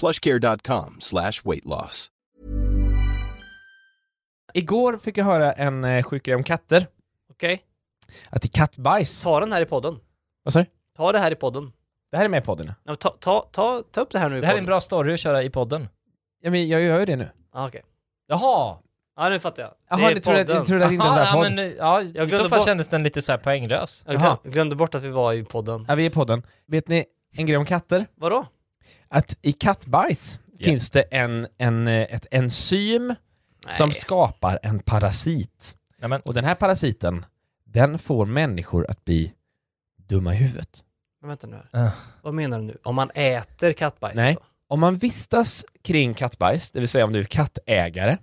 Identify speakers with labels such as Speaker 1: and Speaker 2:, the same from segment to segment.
Speaker 1: Plushcare.com slash weight loss.
Speaker 2: Igår fick jag höra en eh, sjuk grej om katter.
Speaker 3: Okej,
Speaker 2: Att det är kattbajs.
Speaker 3: ta den här i podden.
Speaker 2: Vad sa du?
Speaker 3: Ta det här i podden.
Speaker 2: Det här är med i podden.
Speaker 3: Ja, men ta, ta, ta, ta upp det här nu i
Speaker 4: Det här är en
Speaker 3: podden.
Speaker 4: bra story att köra i podden.
Speaker 2: Ja, men jag gör ju det nu.
Speaker 3: Ah, okej.
Speaker 4: Jaha!
Speaker 3: Ja, nu fattar jag.
Speaker 2: Jaha,
Speaker 3: är
Speaker 2: ni trodde,
Speaker 3: podden.
Speaker 2: ni trodde att inte det var
Speaker 4: ja,
Speaker 2: podd?
Speaker 4: men, ja, I
Speaker 3: glömde
Speaker 4: så fall
Speaker 3: bort-
Speaker 4: kändes den lite så här poänglös.
Speaker 3: Jag glöm, glömde bort att vi var i podden.
Speaker 2: Ja, vi är i podden. Vet ni en grej om katter?
Speaker 3: Vadå?
Speaker 2: Att i kattbajs finns det en, en, eh, ett enzym som skapar en parasit.
Speaker 4: Nej, men,
Speaker 2: Och den här parasiten, den får människor att bli dumma i huvudet.
Speaker 3: Men vänta nu här.
Speaker 4: Ah.
Speaker 3: Vad menar du nu? Om man äter kattbajs
Speaker 2: Nej.
Speaker 3: då?
Speaker 2: Om man vistas kring kattbajs, det vill säga om du är kattägare,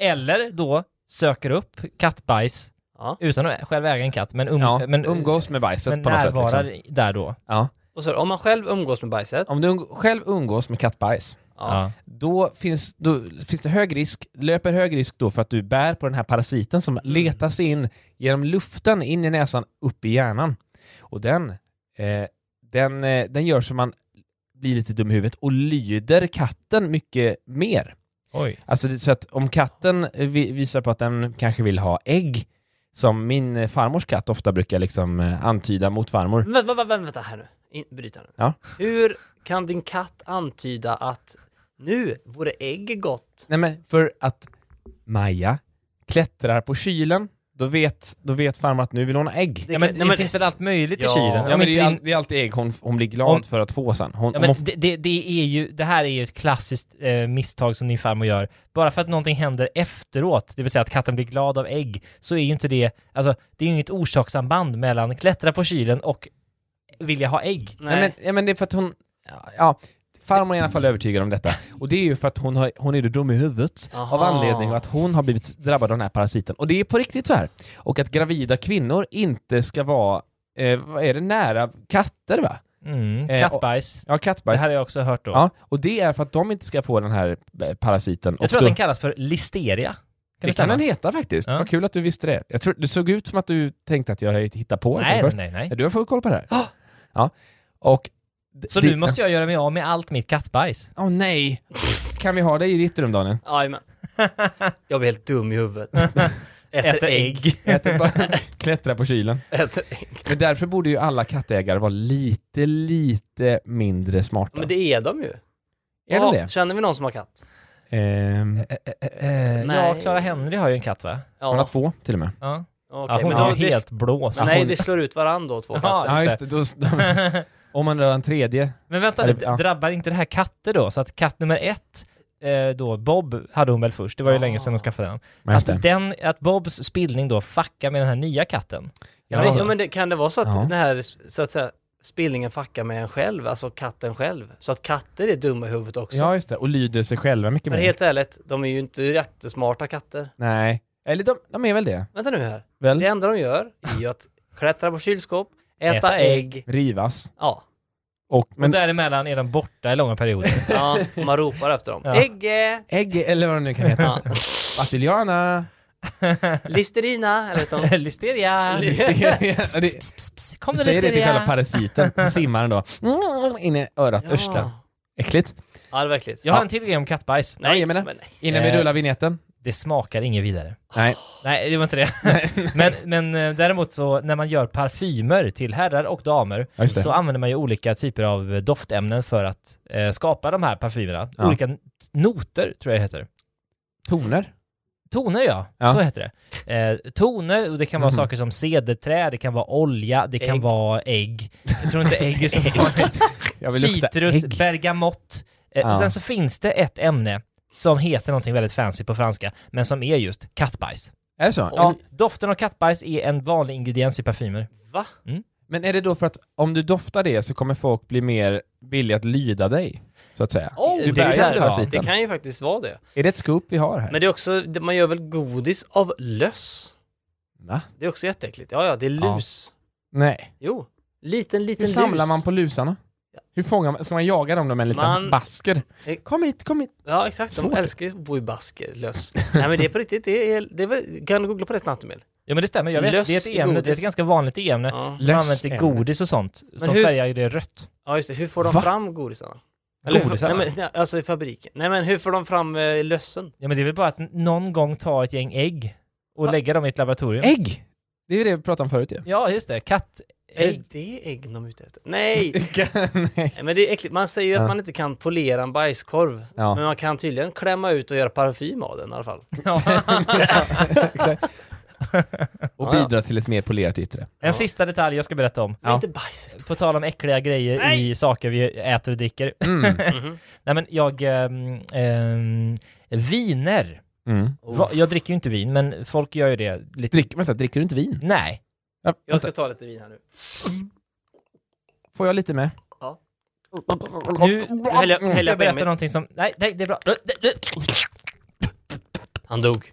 Speaker 4: eller då söker upp kattbajs
Speaker 3: Ja.
Speaker 4: utan att själv äga en katt, men, um,
Speaker 2: ja,
Speaker 4: men,
Speaker 2: umgås med bajset
Speaker 4: men
Speaker 2: på något sätt.
Speaker 4: närvarar
Speaker 2: Liksom.
Speaker 4: där då.
Speaker 2: Ja.
Speaker 3: Och så, om man själv umgås med bajset?
Speaker 2: Om du umg- själv umgås med kattbajs,
Speaker 3: Ja.
Speaker 2: då finns, då finns det hög risk, löper hög risk då för att du bär på den här parasiten som letar sig in genom luften, in i näsan, upp i hjärnan. Och den, eh, den, eh, den gör så man blir lite dum i huvudet och lyder katten mycket mer.
Speaker 4: Oj.
Speaker 2: Alltså det, så att om katten eh, vi- visar på att den kanske vill ha ägg, som min eh, farmors katt ofta brukar liksom eh, antyda mot farmor.
Speaker 3: Men Vänta, vänta, vänta, vänta här nu. In, bryt här nu.
Speaker 2: Ja.
Speaker 3: Hur kan din katt antyda att nu vore ägg gott?
Speaker 2: Nej men för att Maja klättrar på kylen, då vet, då vet farmor att nu vill hon ha ägg.
Speaker 3: Det
Speaker 4: Ja,
Speaker 3: kan-
Speaker 4: men,
Speaker 3: nej,
Speaker 4: det
Speaker 3: men-
Speaker 4: finns väl allt möjligt
Speaker 3: Ja.
Speaker 4: i kylen?
Speaker 3: Ja,
Speaker 2: Ja,
Speaker 4: Om
Speaker 2: men
Speaker 4: inte
Speaker 2: det, är
Speaker 4: in-
Speaker 2: all, det är alltid ägg hon, hon blir glad
Speaker 4: Om-
Speaker 2: för att få sen. Hon,
Speaker 4: Ja,
Speaker 2: om
Speaker 4: men
Speaker 2: hon,
Speaker 4: det, det, det, är ju, det här är ju ett klassiskt eh, misstag som din farmor gör. Bara för att någonting händer efteråt, det vill säga att katten blir glad av ägg, så är ju inte det, alltså det är ju inget orsakssamband mellan klättra på kylen och vilja ha ägg.
Speaker 2: nej. men, ja, men det är för att hon... Ja, farmor är i alla fall övertygad om detta. Och det är ju för att hon, har, hon är dum i huvudet
Speaker 3: Aha.
Speaker 2: av anledning att hon har blivit drabbad av den här parasiten. Och det är på riktigt så här. Och att gravida kvinnor inte ska vara, eh, vad är det, nära katter va?
Speaker 4: Mm.
Speaker 2: Eh,
Speaker 4: Kattbajs.
Speaker 2: Ja,
Speaker 4: Det
Speaker 2: kattbajs.
Speaker 4: här har jag också hört då.
Speaker 2: Ja, och det är för att de inte ska få den här eh, parasiten.
Speaker 4: Jag
Speaker 2: och
Speaker 4: tror
Speaker 2: då,
Speaker 4: att den kallas för listeria. Kan
Speaker 2: det kan
Speaker 4: stämma?
Speaker 2: den heta faktiskt.
Speaker 4: Ja.
Speaker 2: Vad kul att du visste det. Jag tror, det såg ut som att du tänkte att jag hittade på det
Speaker 4: Nej,
Speaker 2: först.
Speaker 4: nej, nej.
Speaker 2: Ja, Du har full koll på det här. Ja. Och d-
Speaker 4: Så
Speaker 2: det-
Speaker 4: nu måste jag göra mig av med allt mitt kattbajs.
Speaker 2: Åh nej! Kan vi ha det i ditt rum Daniel?
Speaker 3: Jajamän. Jag blir helt dum i huvudet. Äter,
Speaker 4: Äter
Speaker 3: ägg.
Speaker 4: ägg.
Speaker 2: Äter bara- Klättra på kylen.
Speaker 3: Äter ägg.
Speaker 2: Men därför borde ju alla kattägare vara lite, lite mindre smarta.
Speaker 3: Men det är de ju.
Speaker 2: Är de
Speaker 3: Ja,
Speaker 2: det?
Speaker 3: Känner vi någon som har katt?
Speaker 2: Ehm,
Speaker 4: Eh, Ja,
Speaker 3: Nej.
Speaker 4: Clara Henry har ju en katt va?
Speaker 3: Ja.
Speaker 2: hon har två till och med.
Speaker 4: Ja.
Speaker 3: Okej,
Speaker 4: ja, hon
Speaker 3: men
Speaker 4: är
Speaker 3: då-
Speaker 4: ju
Speaker 3: det-
Speaker 4: helt blå. så
Speaker 3: Men nej,
Speaker 4: hon-
Speaker 3: det slår ut varandra då, två
Speaker 4: Ja,
Speaker 3: katter.
Speaker 2: Ja,
Speaker 4: just
Speaker 2: just det. Då, om man drar en tredje.
Speaker 4: Men vänta
Speaker 2: Ja,
Speaker 4: nu,
Speaker 2: det- ja.
Speaker 4: drabbar inte det här katter då? Så att katt nummer ett, eh, då Bob hade hon väl först, det var ju
Speaker 3: Ah.
Speaker 4: länge sedan de skaffade den.
Speaker 2: Men
Speaker 3: Alltså,
Speaker 2: just det.
Speaker 4: Att, den, att Bobs spillning då fuckar med den här nya katten.
Speaker 2: Ja,
Speaker 3: Ja,
Speaker 2: alltså.
Speaker 3: ja, men det, kan det vara så att
Speaker 2: Ja.
Speaker 3: den här, så att säga, spillningen fuckar med en själv, alltså katten själv? Så att katter är dumma i huvudet också?
Speaker 2: Ja, just det. Och lyder sig själva mycket
Speaker 3: Men
Speaker 2: mer.
Speaker 3: helt ärligt, de är ju inte jättesmarta katter.
Speaker 2: Nej. Eller de, de är väl det?
Speaker 3: Vänta nu här.
Speaker 2: Väl?
Speaker 3: Det enda de gör är ju att klättra på kylskåp, äta,
Speaker 4: Äta ägg.
Speaker 3: ägg.
Speaker 2: Rivas.
Speaker 3: Ja.
Speaker 2: Och,
Speaker 4: Men
Speaker 2: men
Speaker 4: och däremellan är de borta i långa perioder.
Speaker 3: ja, och man ropar efter dem.
Speaker 4: Ja.
Speaker 3: Ägge!
Speaker 2: ägg, eller vad det nu kan heta.
Speaker 3: Ja.
Speaker 2: Basiliana.
Speaker 3: Listerina, eller vet de?
Speaker 4: Listeria!
Speaker 2: Listeria.
Speaker 4: Pss, pss, pss. Kom
Speaker 2: Du
Speaker 4: nu
Speaker 2: säger det till själva
Speaker 4: Listeria!
Speaker 2: parasiten, så simmar den då in i örat,
Speaker 3: Ja.
Speaker 2: örslen. Äckligt.
Speaker 3: Ja, det är verkligt.
Speaker 4: Jag har en till grej om kattbajs.
Speaker 2: Ja, jag menar.
Speaker 3: men nej.
Speaker 2: Innan vi
Speaker 4: Eh.
Speaker 2: rullar vignetten.
Speaker 4: Det smakar inget vidare.
Speaker 2: Nej.
Speaker 4: Nej, det var inte det. men, men eh, däremot så när man gör parfymer till herrar och damer
Speaker 2: Ja, just det.
Speaker 4: så använder man ju olika typer av eh, doftämnen för att eh, skapa de här parfymerna.
Speaker 2: Ja.
Speaker 4: Olika n- noter tror jag det heter.
Speaker 2: Toner.
Speaker 4: Toner ja,
Speaker 2: Ja.
Speaker 4: så heter det. Eh, toner, och det kan vara
Speaker 2: Mhm.
Speaker 4: saker som cederträ, det kan vara olja, det kan
Speaker 3: Ägg.
Speaker 4: vara ägg. Jag tror inte ägg är så vanligt.
Speaker 2: Jag
Speaker 4: Citrus,
Speaker 2: ägg.
Speaker 4: bergamott. Eh,
Speaker 2: Ja.
Speaker 4: och sen så finns det ett ämne som heter någonting väldigt fancy på franska, men som är just kattbajs.
Speaker 2: Är det så?
Speaker 4: Ja, doften av kattbajs är en vanlig ingrediens i parfymer.
Speaker 3: Va?
Speaker 2: Men är det då för att om du doftar det så kommer folk bli mer villiga att lyda dig? Så att säga.
Speaker 3: Oh,
Speaker 2: du
Speaker 3: det,
Speaker 2: bär ju
Speaker 3: kan,
Speaker 2: den
Speaker 3: ja,
Speaker 2: parasiten.
Speaker 3: det kan ju faktiskt vara det.
Speaker 2: Är det ett scoop vi har här?
Speaker 3: Men det är också, det- man gör väl godis av löss?
Speaker 2: Va?
Speaker 3: Det är också jätteäckligt. Ja, ja, det är
Speaker 2: Ja.
Speaker 3: lus.
Speaker 2: Nej.
Speaker 3: Jo, liten, liten
Speaker 2: Hur samlar
Speaker 3: lus.
Speaker 2: man på lusarna? Hur fångar man? Ska man jaga dem då med en liten
Speaker 3: Man-
Speaker 2: basker?
Speaker 3: Eh,
Speaker 2: Kom hit, kom hit.
Speaker 3: Ja, exakt. De
Speaker 2: Svårt.
Speaker 3: älskar ju att bo i basker, löss. Nej, men det är på riktigt. Det är, det är, väl- kan du googla på det snabbt, Emil?
Speaker 4: Ja men det stämmer, jag vet.
Speaker 3: Löss
Speaker 4: Det är ett ämne, det är
Speaker 3: godis.
Speaker 4: ett ganska vanligt ämne
Speaker 3: Ja.
Speaker 4: som
Speaker 2: Löss
Speaker 4: används i
Speaker 2: ämne.
Speaker 4: godis och sånt. Som
Speaker 3: hur-
Speaker 4: färgar ju det rött.
Speaker 3: ja, just det. Hur får de
Speaker 2: Va?
Speaker 3: fram godisarna?
Speaker 4: Godisarna?
Speaker 3: Nej, men, nej, alltså i fabriken. Nej, men hur får de fram eh, lössen?
Speaker 4: Ja men det är väl bara att n- någon gång ta ett gäng ägg och
Speaker 3: Va?
Speaker 4: lägga dem i ett laboratorium.
Speaker 2: Ägg! Det är ju det vi pratade om förut ju.
Speaker 4: Ja just det,
Speaker 3: Är
Speaker 4: kattägg.
Speaker 3: det ägg de är ute efter? Nej!
Speaker 2: Nej.
Speaker 3: Nej, Eh, Men det är äckligt. Man säger ju
Speaker 2: Ja.
Speaker 3: att man inte kan polera en bajskorv, men
Speaker 2: ja.
Speaker 3: man kan tydligen klämma ut och göra parfym av den i alla fall.
Speaker 4: Ja.
Speaker 2: Exakt. Och
Speaker 3: Ja, ja.
Speaker 2: bidra till ett mer polerat yttre.
Speaker 4: En sista detalj jag ska berätta om.
Speaker 3: Men inte bajs.
Speaker 4: På tal om äckliga grejer i saker vi äter och dricker.
Speaker 2: Mm.
Speaker 3: Mhm.
Speaker 4: Nej men jag... ehm, ehm, viner.
Speaker 2: Mm.
Speaker 3: Oh.
Speaker 4: Va- Jag dricker ju inte vin, men folk gör ju det lite.
Speaker 2: Drick, vänta, dricker du inte vin?
Speaker 4: Nej.
Speaker 2: Ja,
Speaker 3: Jag
Speaker 2: vänta.
Speaker 3: ska ta lite vin här nu.
Speaker 2: Får jag lite med?
Speaker 3: Ja.
Speaker 4: Nu
Speaker 3: Häll jag-
Speaker 4: Mm. ska
Speaker 3: häll jag
Speaker 4: jag berätta
Speaker 3: Benjamin.
Speaker 4: någonting som... Nej, nej, det är bra.
Speaker 3: Han dog.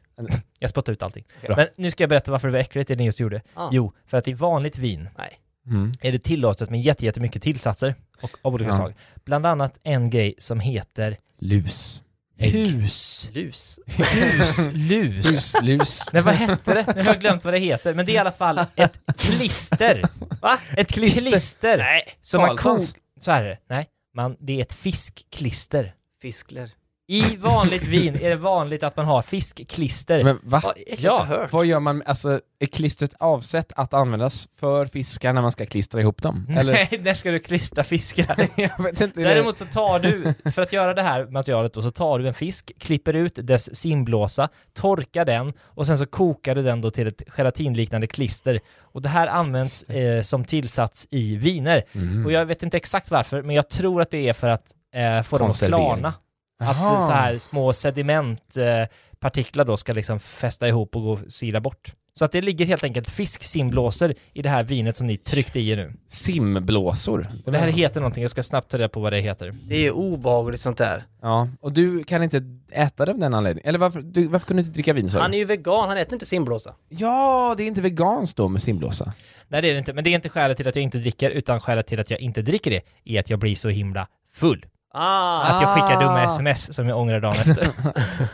Speaker 4: Jag spottade ut allting.
Speaker 3: Okej.
Speaker 4: Men nu ska jag berätta varför det var äckligt det ni just gjorde.
Speaker 3: Ah.
Speaker 4: Jo, för att i vanligt vin
Speaker 3: Nej.
Speaker 2: Mm.
Speaker 4: är det tillåtet med jätte- jättemycket tillsatser och, av olika
Speaker 2: Ja.
Speaker 4: slag. Bland annat en grej som heter
Speaker 2: Lus.
Speaker 4: hus.
Speaker 3: Lus.
Speaker 4: Huslus.
Speaker 2: Lus. Lus.
Speaker 4: Nej, vad hette det? Nu har jag glömt vad det heter. Men det är i alla fall ett klister.
Speaker 3: Va?
Speaker 4: Ett klister.
Speaker 3: Nej.
Speaker 4: Som man kok...
Speaker 2: Karlssons.
Speaker 4: Så här är det. Nej, man, det är ett fiskklister.
Speaker 3: Fiskler.
Speaker 4: I vanligt vin är det vanligt att man har fiskklister.
Speaker 2: Men va?
Speaker 3: Vad äckligt
Speaker 4: Ja,
Speaker 3: jag hört.
Speaker 2: Vad gör man, alltså är klistret avsett att användas för fiskar när man ska klistra ihop dem? Eller?
Speaker 4: Nej, när ska du klistra fiskar?
Speaker 2: jag vet inte.
Speaker 4: Däremot så tar du, för att göra det här materialet då, så tar du en fisk, klipper ut dess simblåsa, torkar den och sen så kokar du den då till ett gelatinliknande klister. Och det här används eh, som tillsats i viner.
Speaker 2: Mm.
Speaker 4: Och jag vet inte exakt varför, men jag tror att det är för att eh, få dem att
Speaker 2: Konservering.
Speaker 4: klarna. Att
Speaker 2: Aha.
Speaker 4: så här små sedimentpartiklar eh, partiklar då ska liksom fästa ihop och gå och sila bort. Så att det ligger helt enkelt fisksimblåsor i det här vinet som ni tryckte i er nu.
Speaker 2: Simblåsor.
Speaker 4: Det här heter någonting, jag ska snabbt ta reda på vad det heter.
Speaker 3: Det är obehagligt sånt där.
Speaker 2: Ja, och du kan inte äta det av den anledningen? Eller varför, du, varför kunde du inte dricka vin sa
Speaker 3: Han
Speaker 2: du?
Speaker 3: är ju vegan, han äter inte simblåsa.
Speaker 2: Ja, det är inte veganskt då med simblåsa.
Speaker 4: Nej det är det inte, men det är inte skälet till att jag inte dricker, utan skälet till att jag inte dricker det är att jag blir så himla full.
Speaker 3: Ah,
Speaker 4: Att jag skickar dumma
Speaker 2: Ah.
Speaker 4: sms som jag ångrar dagen efter.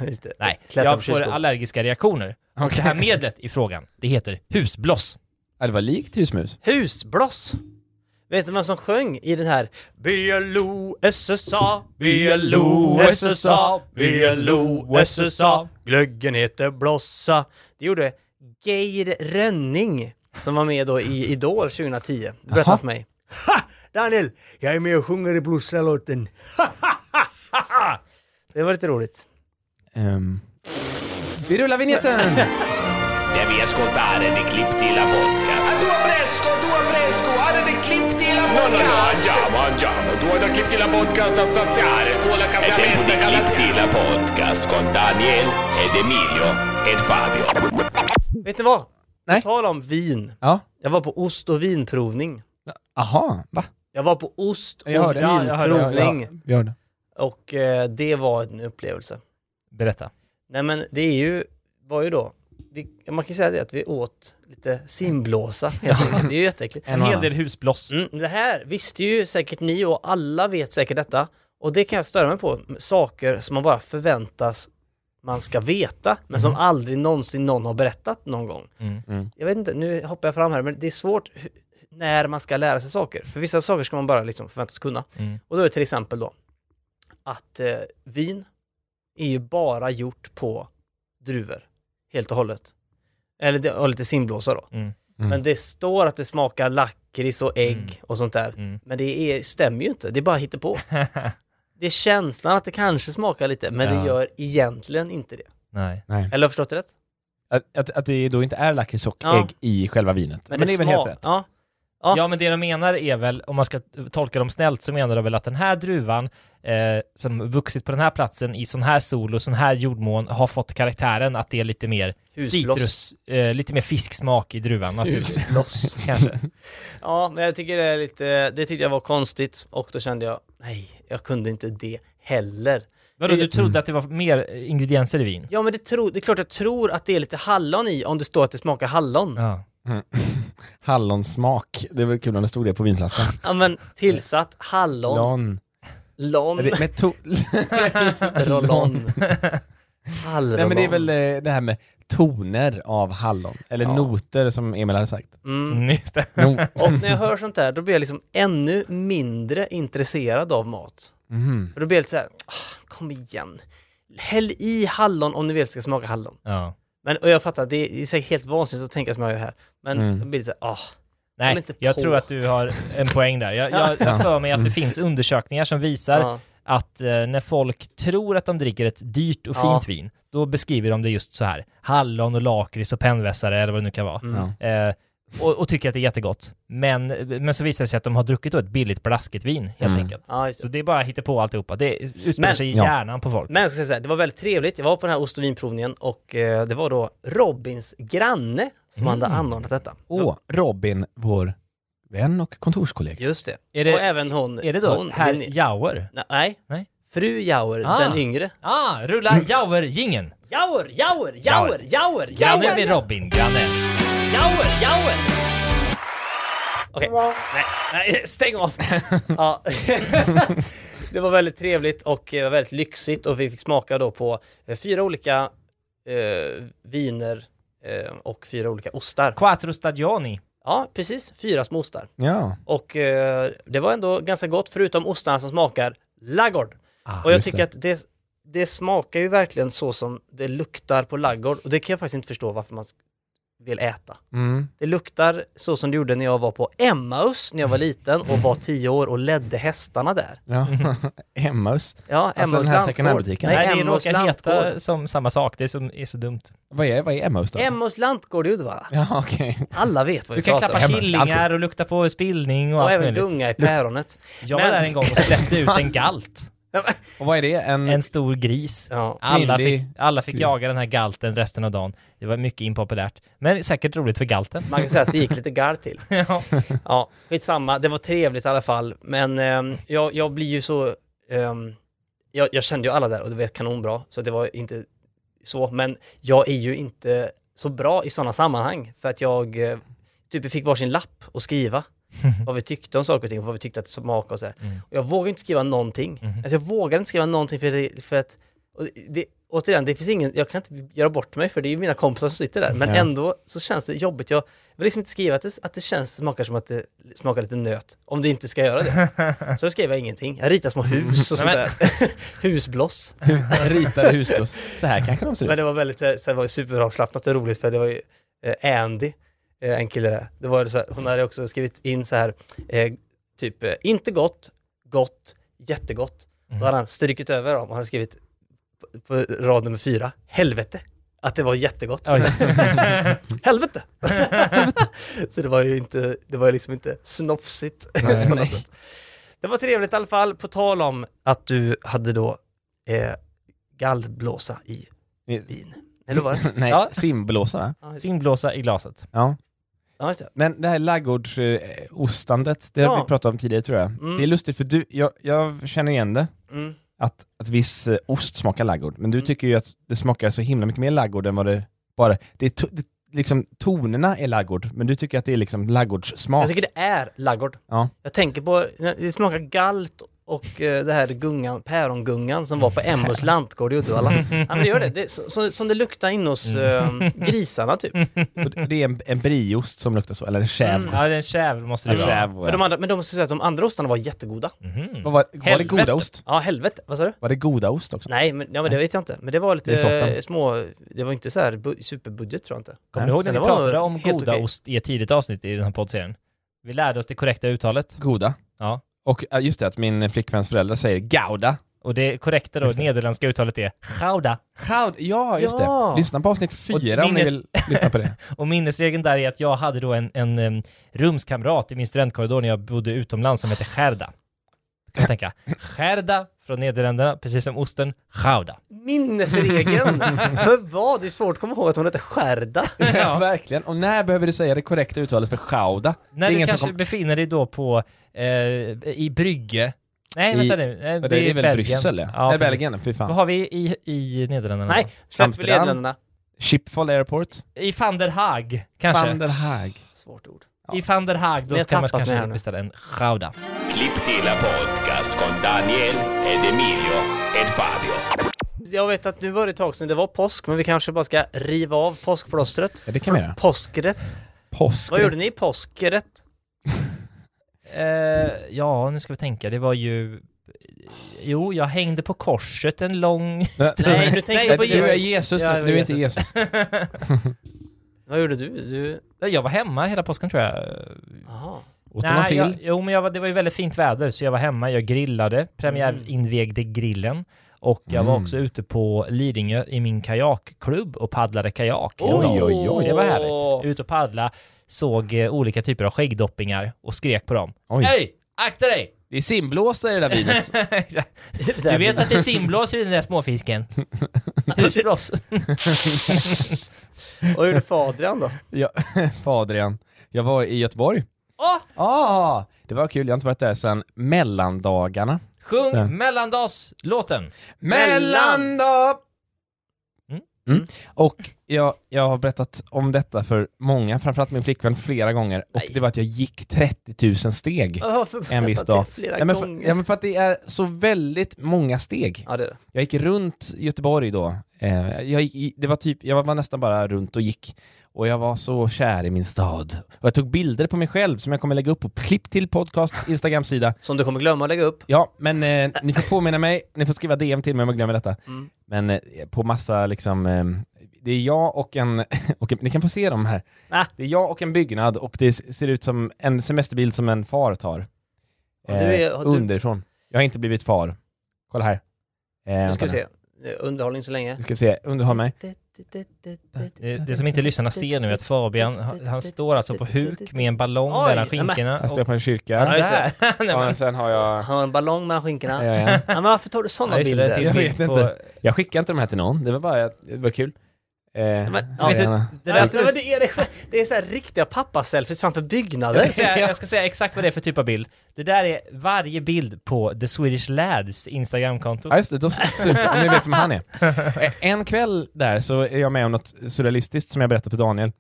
Speaker 3: just det.
Speaker 4: Nej,
Speaker 3: Klättra på
Speaker 4: jag får
Speaker 3: kylskåp.
Speaker 4: allergiska reaktioner. Och det här
Speaker 2: Okej.
Speaker 4: medlet i frågan, det heter husbloss.
Speaker 2: Ja, det var likt husmus.
Speaker 3: Husbloss. Vet du vem som sjöng i den här BLO-SSA, BLO-SSA, BLO-SSA, glöggen heter Blossa. Det gjorde Geir Rönning som var med då i Idol 2010. Det berättade
Speaker 2: Jaha.
Speaker 3: han för mig. Ha! Daniel, jag är med och sjunger i Blossa-låten. det var lite roligt.
Speaker 2: Ehm. Vi rullar vignetten!
Speaker 5: Devi ascoltare di Clip di la podcast.
Speaker 6: Due Bresco, due Bresco, ada di clip di la
Speaker 5: No, no, no,
Speaker 6: podcast.
Speaker 5: andiamo, andiamo. Tu hai da Clip di la podcast a saziare. Tu la È tempo di Clip di la podcast con Daniel ed Emilio ed Fabio.
Speaker 3: Vet ni vad?
Speaker 2: Nej.
Speaker 3: På tal om vin.
Speaker 2: ja.
Speaker 3: Jag var på ost och vinprovning.
Speaker 2: Aha, va?
Speaker 3: Jag var på ost och
Speaker 2: Jag hörde.
Speaker 3: vinprovning.
Speaker 2: Ja, ja, vi hörde.
Speaker 3: Och eh, det var en upplevelse.
Speaker 4: Berätta.
Speaker 3: Nej men det är ju, var ju då, vi, man kan ju säga det att vi åt lite simblåsa helt enkelt. Det är ju jätteäckligt.
Speaker 4: En hel del husbloss.
Speaker 3: Mm, det här visste ju säkert ni och alla vet säkert detta. Och det kan jag störa mig på, saker som man bara förväntas man ska veta, men som aldrig någonsin någon har berättat någon gång.
Speaker 4: Mm.
Speaker 2: Mm.
Speaker 3: Jag vet inte, nu hoppar jag fram här, men det är svårt hu- när man ska lära sig saker. För vissa saker ska man bara liksom förväntas kunna.
Speaker 4: Mm.
Speaker 3: Och då är det till exempel då att eh, vin är ju bara gjort på druvor helt och hållet. Eller det, och lite simblåsa då.
Speaker 4: Mm.
Speaker 2: Mm.
Speaker 3: Men det står att det smakar lakrits och ägg
Speaker 4: Mm.
Speaker 3: och sånt där.
Speaker 4: Mm.
Speaker 3: Men det är, stämmer ju inte, det är bara hittepå. det är känslan att det kanske smakar lite, men
Speaker 4: Ja.
Speaker 3: det gör egentligen inte det.
Speaker 4: Nej.
Speaker 3: Eller har jag förstått det rätt?
Speaker 2: Att, att, att det då inte är lakrits och
Speaker 3: Ja.
Speaker 2: ägg i själva vinet. Men, det är väl
Speaker 3: smak-
Speaker 2: helt rätt?
Speaker 3: Ja. Ja.
Speaker 4: Ja, men det de menar är väl, om man ska tolka dem snällt, så menar de väl att den här druvan eh, som vuxit på den här platsen i sån här sol och sån här jordmån har fått karaktären att det är lite mer
Speaker 3: Husbloss.
Speaker 4: citrus, eh, lite mer fisksmak i druvan. naturligtvis. Kanske.
Speaker 3: Ja, men jag tycker det är lite, det tyckte jag var konstigt och då kände jag, nej, jag kunde inte det heller.
Speaker 4: Vadå,
Speaker 3: Det-
Speaker 4: du
Speaker 2: Mm.
Speaker 4: trodde att det var mer eh, ingredienser i vin?
Speaker 3: Ja, men det, tro, det är klart jag tror att det är lite hallon i om det står att det smakar hallon. Ja,
Speaker 4: Ja.
Speaker 2: Hallonsmak. Det är väl kul om det stod det på vinflaskan.
Speaker 3: men tillsatt hallon,
Speaker 2: Lon.
Speaker 3: lon,
Speaker 2: Är det- Med to-
Speaker 3: rollon. Hallon.
Speaker 2: Nej men det är väl eh, det här med toner av hallon. Eller
Speaker 3: Ja.
Speaker 2: noter som Emil hade sagt.
Speaker 3: Mm.
Speaker 4: Mm, just det.
Speaker 2: No-
Speaker 3: Och när jag hör sånt där, då blir jag liksom ännu mindre intresserad av mat.
Speaker 2: Mhm.
Speaker 3: För då blir jag lite så här, "Ah, kom igen. Häll i hallon om ni vill ska smaka hallon.
Speaker 4: Ja.
Speaker 3: Men, och jag fattar, det är, det är säkert helt vansinnigt att tänka som jag gör här. Men
Speaker 2: Mm.
Speaker 3: jag blir lite så här, ah. Håll
Speaker 4: Nej,
Speaker 3: inte
Speaker 4: jag
Speaker 3: på.
Speaker 4: tror att du har en poäng där. Jag, jag, jag för mig att
Speaker 2: Mm.
Speaker 4: det finns undersökningar som visar
Speaker 3: ja.
Speaker 4: att eh, när folk tror att de dricker ett dyrt och fint
Speaker 3: Ja.
Speaker 4: vin, då beskriver de det just så här. Hallon och lakrits och pennvässare eller vad det nu kan vara.
Speaker 3: Mm.
Speaker 2: Ja.
Speaker 4: Eh, och, och tycker att det är jättegott. Men, men så visar det sig att de har druckit då ett billigt blaskigt vin helt
Speaker 2: Mm.
Speaker 4: enkelt.
Speaker 3: Ja, just
Speaker 4: Så
Speaker 3: det.
Speaker 4: det är bara på alltihopa. Det utspelar
Speaker 3: Men-
Speaker 4: sig i
Speaker 2: Ja.
Speaker 4: hjärnan på folk.
Speaker 3: Men jag ska säga så här, det var väldigt trevligt. Jag var på den här ost och vinprovningen och eh, det var då Robins granne som
Speaker 4: Mm.
Speaker 3: hade anordnat detta.
Speaker 2: Och Robin, vår vän och kontorskollega.
Speaker 3: Just det.
Speaker 4: Är det-
Speaker 3: och även hon.
Speaker 4: Är det då
Speaker 3: hon,
Speaker 4: herr
Speaker 3: den-
Speaker 4: Jauer?
Speaker 3: Nej.
Speaker 4: Nej.
Speaker 3: Fru Jauer,
Speaker 4: Ah.
Speaker 3: den yngre.
Speaker 4: Ah, rulla Jauer-jingeln!
Speaker 3: Jauer, Jauer, Jauer, Jauer,
Speaker 4: Granne
Speaker 3: Jauer,
Speaker 4: med Robin, granne.
Speaker 3: Jauer, Jauer! Okej, nej, nej, stäng av! ja. det var väldigt trevligt och eh, väldigt lyxigt och vi fick smaka då på eh, fyra olika eh, viner eh, och fyra olika ostar.
Speaker 4: Quattro Stagioni.
Speaker 3: Ja, precis. Fyra små ostar.
Speaker 2: Ja.
Speaker 3: Och eh, det var ändå ganska gott, förutom ostarna som smakar laggård.
Speaker 2: Ah,
Speaker 3: och jag
Speaker 2: just
Speaker 3: tycker
Speaker 2: det.
Speaker 3: att det, det smakar ju verkligen så som det luktar på laggård. Och det kan jag faktiskt inte förstå varför man vill äta.
Speaker 2: Mm.
Speaker 3: Det luktar så som det gjorde när jag var på Emmaus när jag var liten och var tio år och ledde hästarna där.
Speaker 2: Ja. Emmaus.
Speaker 3: Ja,
Speaker 2: Alltså den här
Speaker 3: lantgård.
Speaker 2: second hand-butiken?
Speaker 3: Nej,
Speaker 4: Nej, det
Speaker 3: Emmaus
Speaker 4: råkar
Speaker 3: lantgård.
Speaker 4: heta som samma sak. Det är, som, är så dumt.
Speaker 2: Vad är, vad är Emmaus då?
Speaker 3: Emmaus lantgård i Uddevalla.
Speaker 2: ja, okej.
Speaker 3: Alla vet vad
Speaker 4: Du
Speaker 3: vi
Speaker 4: kan
Speaker 3: pratar
Speaker 4: klappa
Speaker 3: om.
Speaker 4: killingar och lukta på spillning och,
Speaker 3: Och
Speaker 4: allt
Speaker 3: även
Speaker 4: möjligt.
Speaker 3: gunga i päronet.
Speaker 4: Jag
Speaker 3: Men-
Speaker 4: var där en gång och släppte ut en galt.
Speaker 2: Och vad är det? En...
Speaker 4: En stor gris.
Speaker 3: Ja.
Speaker 4: Alla
Speaker 2: Kvinnlig
Speaker 4: fick, alla fick
Speaker 2: gris.
Speaker 4: jaga den här galten resten av dagen. Det var mycket impopulärt. Men säkert roligt för galten.
Speaker 3: Man kan säga att det gick lite galt till.
Speaker 4: ja.
Speaker 3: Ja, skitsamma. Det var trevligt i alla fall. Men ehm, jag, jag blir ju så... ehm, jag, jag kände ju alla där och det var kanonbra, så det var inte så. Men jag är ju inte så bra i sådana sammanhang för att jag eh, typ vi fick varsin lapp och skriva vad vi tyckte om saker och ting och vad vi tyckte att det smakade och så här. Och jag vågade inte skriva någonting. Alltså jag vågade inte skriva någonting för, det, för att... Och det, återigen, det finns ingen, jag kan inte göra bort mig för det är ju mina kompisar som sitter där. Men
Speaker 2: Ja.
Speaker 3: ändå så känns det jobbigt. Jag vill liksom inte skriva att det, att det känns, smakar som att det smakar lite nöt. Om det inte ska göra det. Så då skrev jag ingenting. Jag ritade små hus och sånt
Speaker 4: Men-
Speaker 3: där. Husbloss.
Speaker 2: Ritade husblås. Så här kanske de ser
Speaker 3: Men
Speaker 2: ut.
Speaker 3: det var väldigt, eh, så här, det var ju superavslappnat och roligt för det var ju eh, Andy, eh, en kille där. Det var så här, hon hade också skrivit in så här, eh, typ eh, inte gott, gott, jättegott. Då hade han strykit över dem och hade skrivit på, på rad nummer fyra, helvete, att det var jättegott.
Speaker 4: Oj.
Speaker 3: helvete! så det var ju inte, det var ju liksom inte snofsigt
Speaker 2: Nej.
Speaker 3: på något sätt. Det var trevligt i alla fall, på tal om att du hade då eh, gallblåsa i vin. Eller vad var det?
Speaker 2: Nej,
Speaker 4: Ja.
Speaker 2: simblåsa va?
Speaker 4: Simblåsa i glaset.
Speaker 2: Ja.
Speaker 3: Ja, just det.
Speaker 2: Men det här laggårdsostandet, det har
Speaker 3: Ja.
Speaker 2: vi pratat om tidigare tror jag.
Speaker 3: Mm.
Speaker 2: Det är lustigt för du, jag, jag känner igen det,
Speaker 3: Mm.
Speaker 2: att, att viss eh, ost smakar laggård. Men du
Speaker 3: Mm.
Speaker 2: tycker ju att det smakar så himla mycket mer laggård än vad det bara... Det är to, det, liksom tonerna är laggård, men du tycker att det är liksom laggårdssmak.
Speaker 3: Jag tycker det är laggård.
Speaker 2: Ja.
Speaker 3: Jag tänker på, det smakar galt och eh, det här gungan, pärongungan som var på
Speaker 2: Mm.
Speaker 3: Emmaus lantgård i Uddevalla. ja men det gör det, det är så- så, som det luktar inne hos
Speaker 2: Mm.
Speaker 3: eh, grisarna typ.
Speaker 2: Och Det är en, en brieost som luktar så, eller en chèvre.
Speaker 4: Ja, det är en käv måste det
Speaker 2: En
Speaker 4: vara.
Speaker 2: chèvre,
Speaker 3: Mm. För de
Speaker 2: ja.
Speaker 3: andra, men de måste säga att de andra ostarna var jättegoda.
Speaker 4: Mhm.
Speaker 2: Vad var, var det
Speaker 3: Helvete.
Speaker 2: goda ost?
Speaker 3: Ja helvete, vad sa du?
Speaker 2: Var det goda ost också?
Speaker 3: Nej men, ja, men det vet jag inte. Men det var lite
Speaker 2: Typ. Det är sorten.
Speaker 3: eh, små, det var inte så här bu- superbudget tror jag inte.
Speaker 4: Kommer du ihåg när
Speaker 3: Men
Speaker 4: vi
Speaker 3: det var
Speaker 4: pratade om
Speaker 3: helt
Speaker 4: goda
Speaker 3: okej.
Speaker 4: ost i ett tidigt avsnitt i den här poddserien? Vi lärde oss det korrekta uttalet.
Speaker 2: Goda.
Speaker 4: Ja.
Speaker 2: Och eh, just det, att min flickväns föräldrar säger gouda.
Speaker 4: Och det korrekta då,
Speaker 2: Just det.
Speaker 4: nederländska uttalet är chauda.
Speaker 2: Chaud- Ja, just
Speaker 3: Ja.
Speaker 2: det. Lyssna på avsnitt fyra om ni
Speaker 4: minnes-
Speaker 2: vill lyssna på det.
Speaker 4: Och minnesregeln där är att jag hade då en, en em, rumskamrat i min studentkorridor när jag bodde utomlands som hette Gerda. Då kan jag tänka, Gerda från Nederländerna, precis som osten, chauda.
Speaker 3: Minnesregeln! För vad? Det är svårt att komma ihåg att hon heter Skärda.
Speaker 2: Ja. Verkligen. Och när behöver du säga det korrekta uttalet för chauda? Det
Speaker 4: När
Speaker 2: är
Speaker 4: du
Speaker 2: ingen som
Speaker 4: kanske befinner dig då på, eh, i Brygge. Nej,
Speaker 2: I-
Speaker 4: vänta nu. eh,
Speaker 2: Ja, det, är väl
Speaker 4: Belgien.
Speaker 2: Bryssel? Ja,
Speaker 4: Ja,
Speaker 2: Nej,
Speaker 4: precis.
Speaker 2: Belgien. Fy
Speaker 4: Vad
Speaker 2: fan.
Speaker 4: har vi i, i Nederländerna?
Speaker 3: Nej, släpp
Speaker 2: Amsterdam.
Speaker 3: Nederländerna.
Speaker 2: Schiphol Airport.
Speaker 4: I van der Haag, kanske?
Speaker 2: Van der Haag.
Speaker 3: Svårt ord.
Speaker 2: Ja.
Speaker 4: I van der Haag,
Speaker 3: Ni
Speaker 4: då
Speaker 3: har
Speaker 4: ska man
Speaker 3: tappat mig här
Speaker 4: kanske
Speaker 3: nu.
Speaker 4: beställa en chauda.
Speaker 5: Klipp till en podcast con Daniel, Ed Emilio ed Fabio.
Speaker 3: Jag vet att nu var det ett tag sedan det var påsk, men vi kanske bara ska riva av påskplåstret.
Speaker 2: Ja, det kan vi göra.
Speaker 3: Påskrätt.
Speaker 2: Påsk.
Speaker 3: Vad gjorde ni i påskrätt?
Speaker 4: Eh, ja, nu ska vi tänka. Det var ju... eh, Jo, jag hängde på korset en lång stund.
Speaker 3: Nej, du tänker
Speaker 4: jag
Speaker 3: på
Speaker 4: var
Speaker 2: Du är
Speaker 3: Jesus.
Speaker 2: Jesus
Speaker 4: Ja, det
Speaker 2: nu.
Speaker 4: var
Speaker 2: Du är inte
Speaker 4: Jesus.
Speaker 2: Jesus.
Speaker 3: Vad gjorde du? Du...
Speaker 4: Nej, Jag var hemma hela påsken tror jag.
Speaker 3: Aha.
Speaker 2: Åt du någon
Speaker 4: jag,
Speaker 2: sill?
Speaker 4: jo, men jag var, det var ju väldigt fint väder, så jag var hemma, jag grillade, premiärinvigde grillen. Och jag var
Speaker 2: Mm.
Speaker 4: också ute på Lidingö i min kajakklubb och paddlade kajak.
Speaker 2: Oj, oj, oj.
Speaker 4: Det var härligt. Ut och paddla, såg eh, olika typer av skäggdoppingar och skrek på dem.
Speaker 2: Oj.
Speaker 4: Hej! Akta dig!
Speaker 2: Det är simblåsa i det där vinet.
Speaker 4: Du vet att det är simblås i den där småfisken? Husblås.
Speaker 3: Vad gjorde Fadrian då?
Speaker 2: ja, för Adrian. Jag var i Göteborg.
Speaker 3: Ah!
Speaker 2: Ah, det var kul. Jag har inte varit där sedan mellandagarna.
Speaker 4: Sjung
Speaker 2: Ja.
Speaker 4: mellandagslåten.
Speaker 2: Mellandag!
Speaker 4: Mm.
Speaker 2: Mm. Och jag, jag har berättat om detta för många, framförallt min flickvän, flera gånger. Och det var att jag gick 30 000 steg.
Speaker 3: Jag har förväntat
Speaker 2: En viss
Speaker 3: det
Speaker 2: dag.
Speaker 3: Flera
Speaker 2: Ja men, för,
Speaker 3: gånger.
Speaker 2: ja men för att det är så väldigt många steg.
Speaker 3: Ja, det är det.
Speaker 2: Jag gick runt Göteborg då. Eh, jag, gick, i- det var typ, jag var nästan bara runt och gick. Och jag var så kär i min stad. Och jag tog bilder på mig själv som jag kommer lägga upp på klipp till podcast, Instagram-sida.
Speaker 3: Som du kommer glömma att lägga upp.
Speaker 2: Ja, men eh, ni får påminna mig, ni får skriva DM till mig om jag glömmer detta.
Speaker 3: Mm.
Speaker 2: Men eh, på massa liksom, eh, det är jag och en, och en, ni kan få se dem här.
Speaker 3: Ah.
Speaker 2: Det är jag och en byggnad och det s- ser ut som en semesterbild som en far tar.
Speaker 3: Du är-
Speaker 2: Eh,
Speaker 3: du-
Speaker 2: Underifrån. Jag har inte blivit far. Kolla här. Eh,
Speaker 3: Nu ska
Speaker 2: vänta
Speaker 3: vi se. Eh, Underhållning så länge.
Speaker 2: Nu ska vi se, underhåll mig.
Speaker 4: Det, Eh, det som inte lyssnarna ser nu är att Fabian, han, han står alltså på huk med en ballong
Speaker 3: Oj,
Speaker 4: mellan
Speaker 3: nej men-
Speaker 4: skinkorna.
Speaker 2: Jag står
Speaker 4: Och,
Speaker 2: på en
Speaker 4: ja,
Speaker 2: kyrka.
Speaker 3: just det.
Speaker 4: där. Nej,
Speaker 2: Ja,
Speaker 4: men-
Speaker 2: och sen har jag...
Speaker 3: Han har en ballong mellan skinkorna.
Speaker 2: Ja,
Speaker 3: Ja,
Speaker 2: ja, ja.
Speaker 3: men varför tar du sådana
Speaker 4: Ja, just det,
Speaker 3: bilder?
Speaker 4: det är typ- till
Speaker 2: Jag
Speaker 4: bild
Speaker 2: vet
Speaker 4: på-
Speaker 2: inte. Jag skickar inte de här till någon, det var bara det var kul. Eh,
Speaker 3: Men,
Speaker 2: jag
Speaker 3: ja,
Speaker 2: vet
Speaker 4: så-
Speaker 2: inte.
Speaker 4: Det
Speaker 3: Nej,
Speaker 4: där
Speaker 3: alltså,
Speaker 4: ska
Speaker 3: men
Speaker 4: vi-
Speaker 3: det är, det, det är så här riktiga pappaselfies framför
Speaker 4: jag ska
Speaker 3: byggnader.
Speaker 4: säga- Jag ska säga exakt vad det är för typ av bild. Det där är varje bild på The Swedish Lads Instagramkonto.
Speaker 2: Ja just det, då syns det. Ni vet vem han är. Eh, En kväll där så är jag med om något surrealistiskt som jag berättade för Daniel.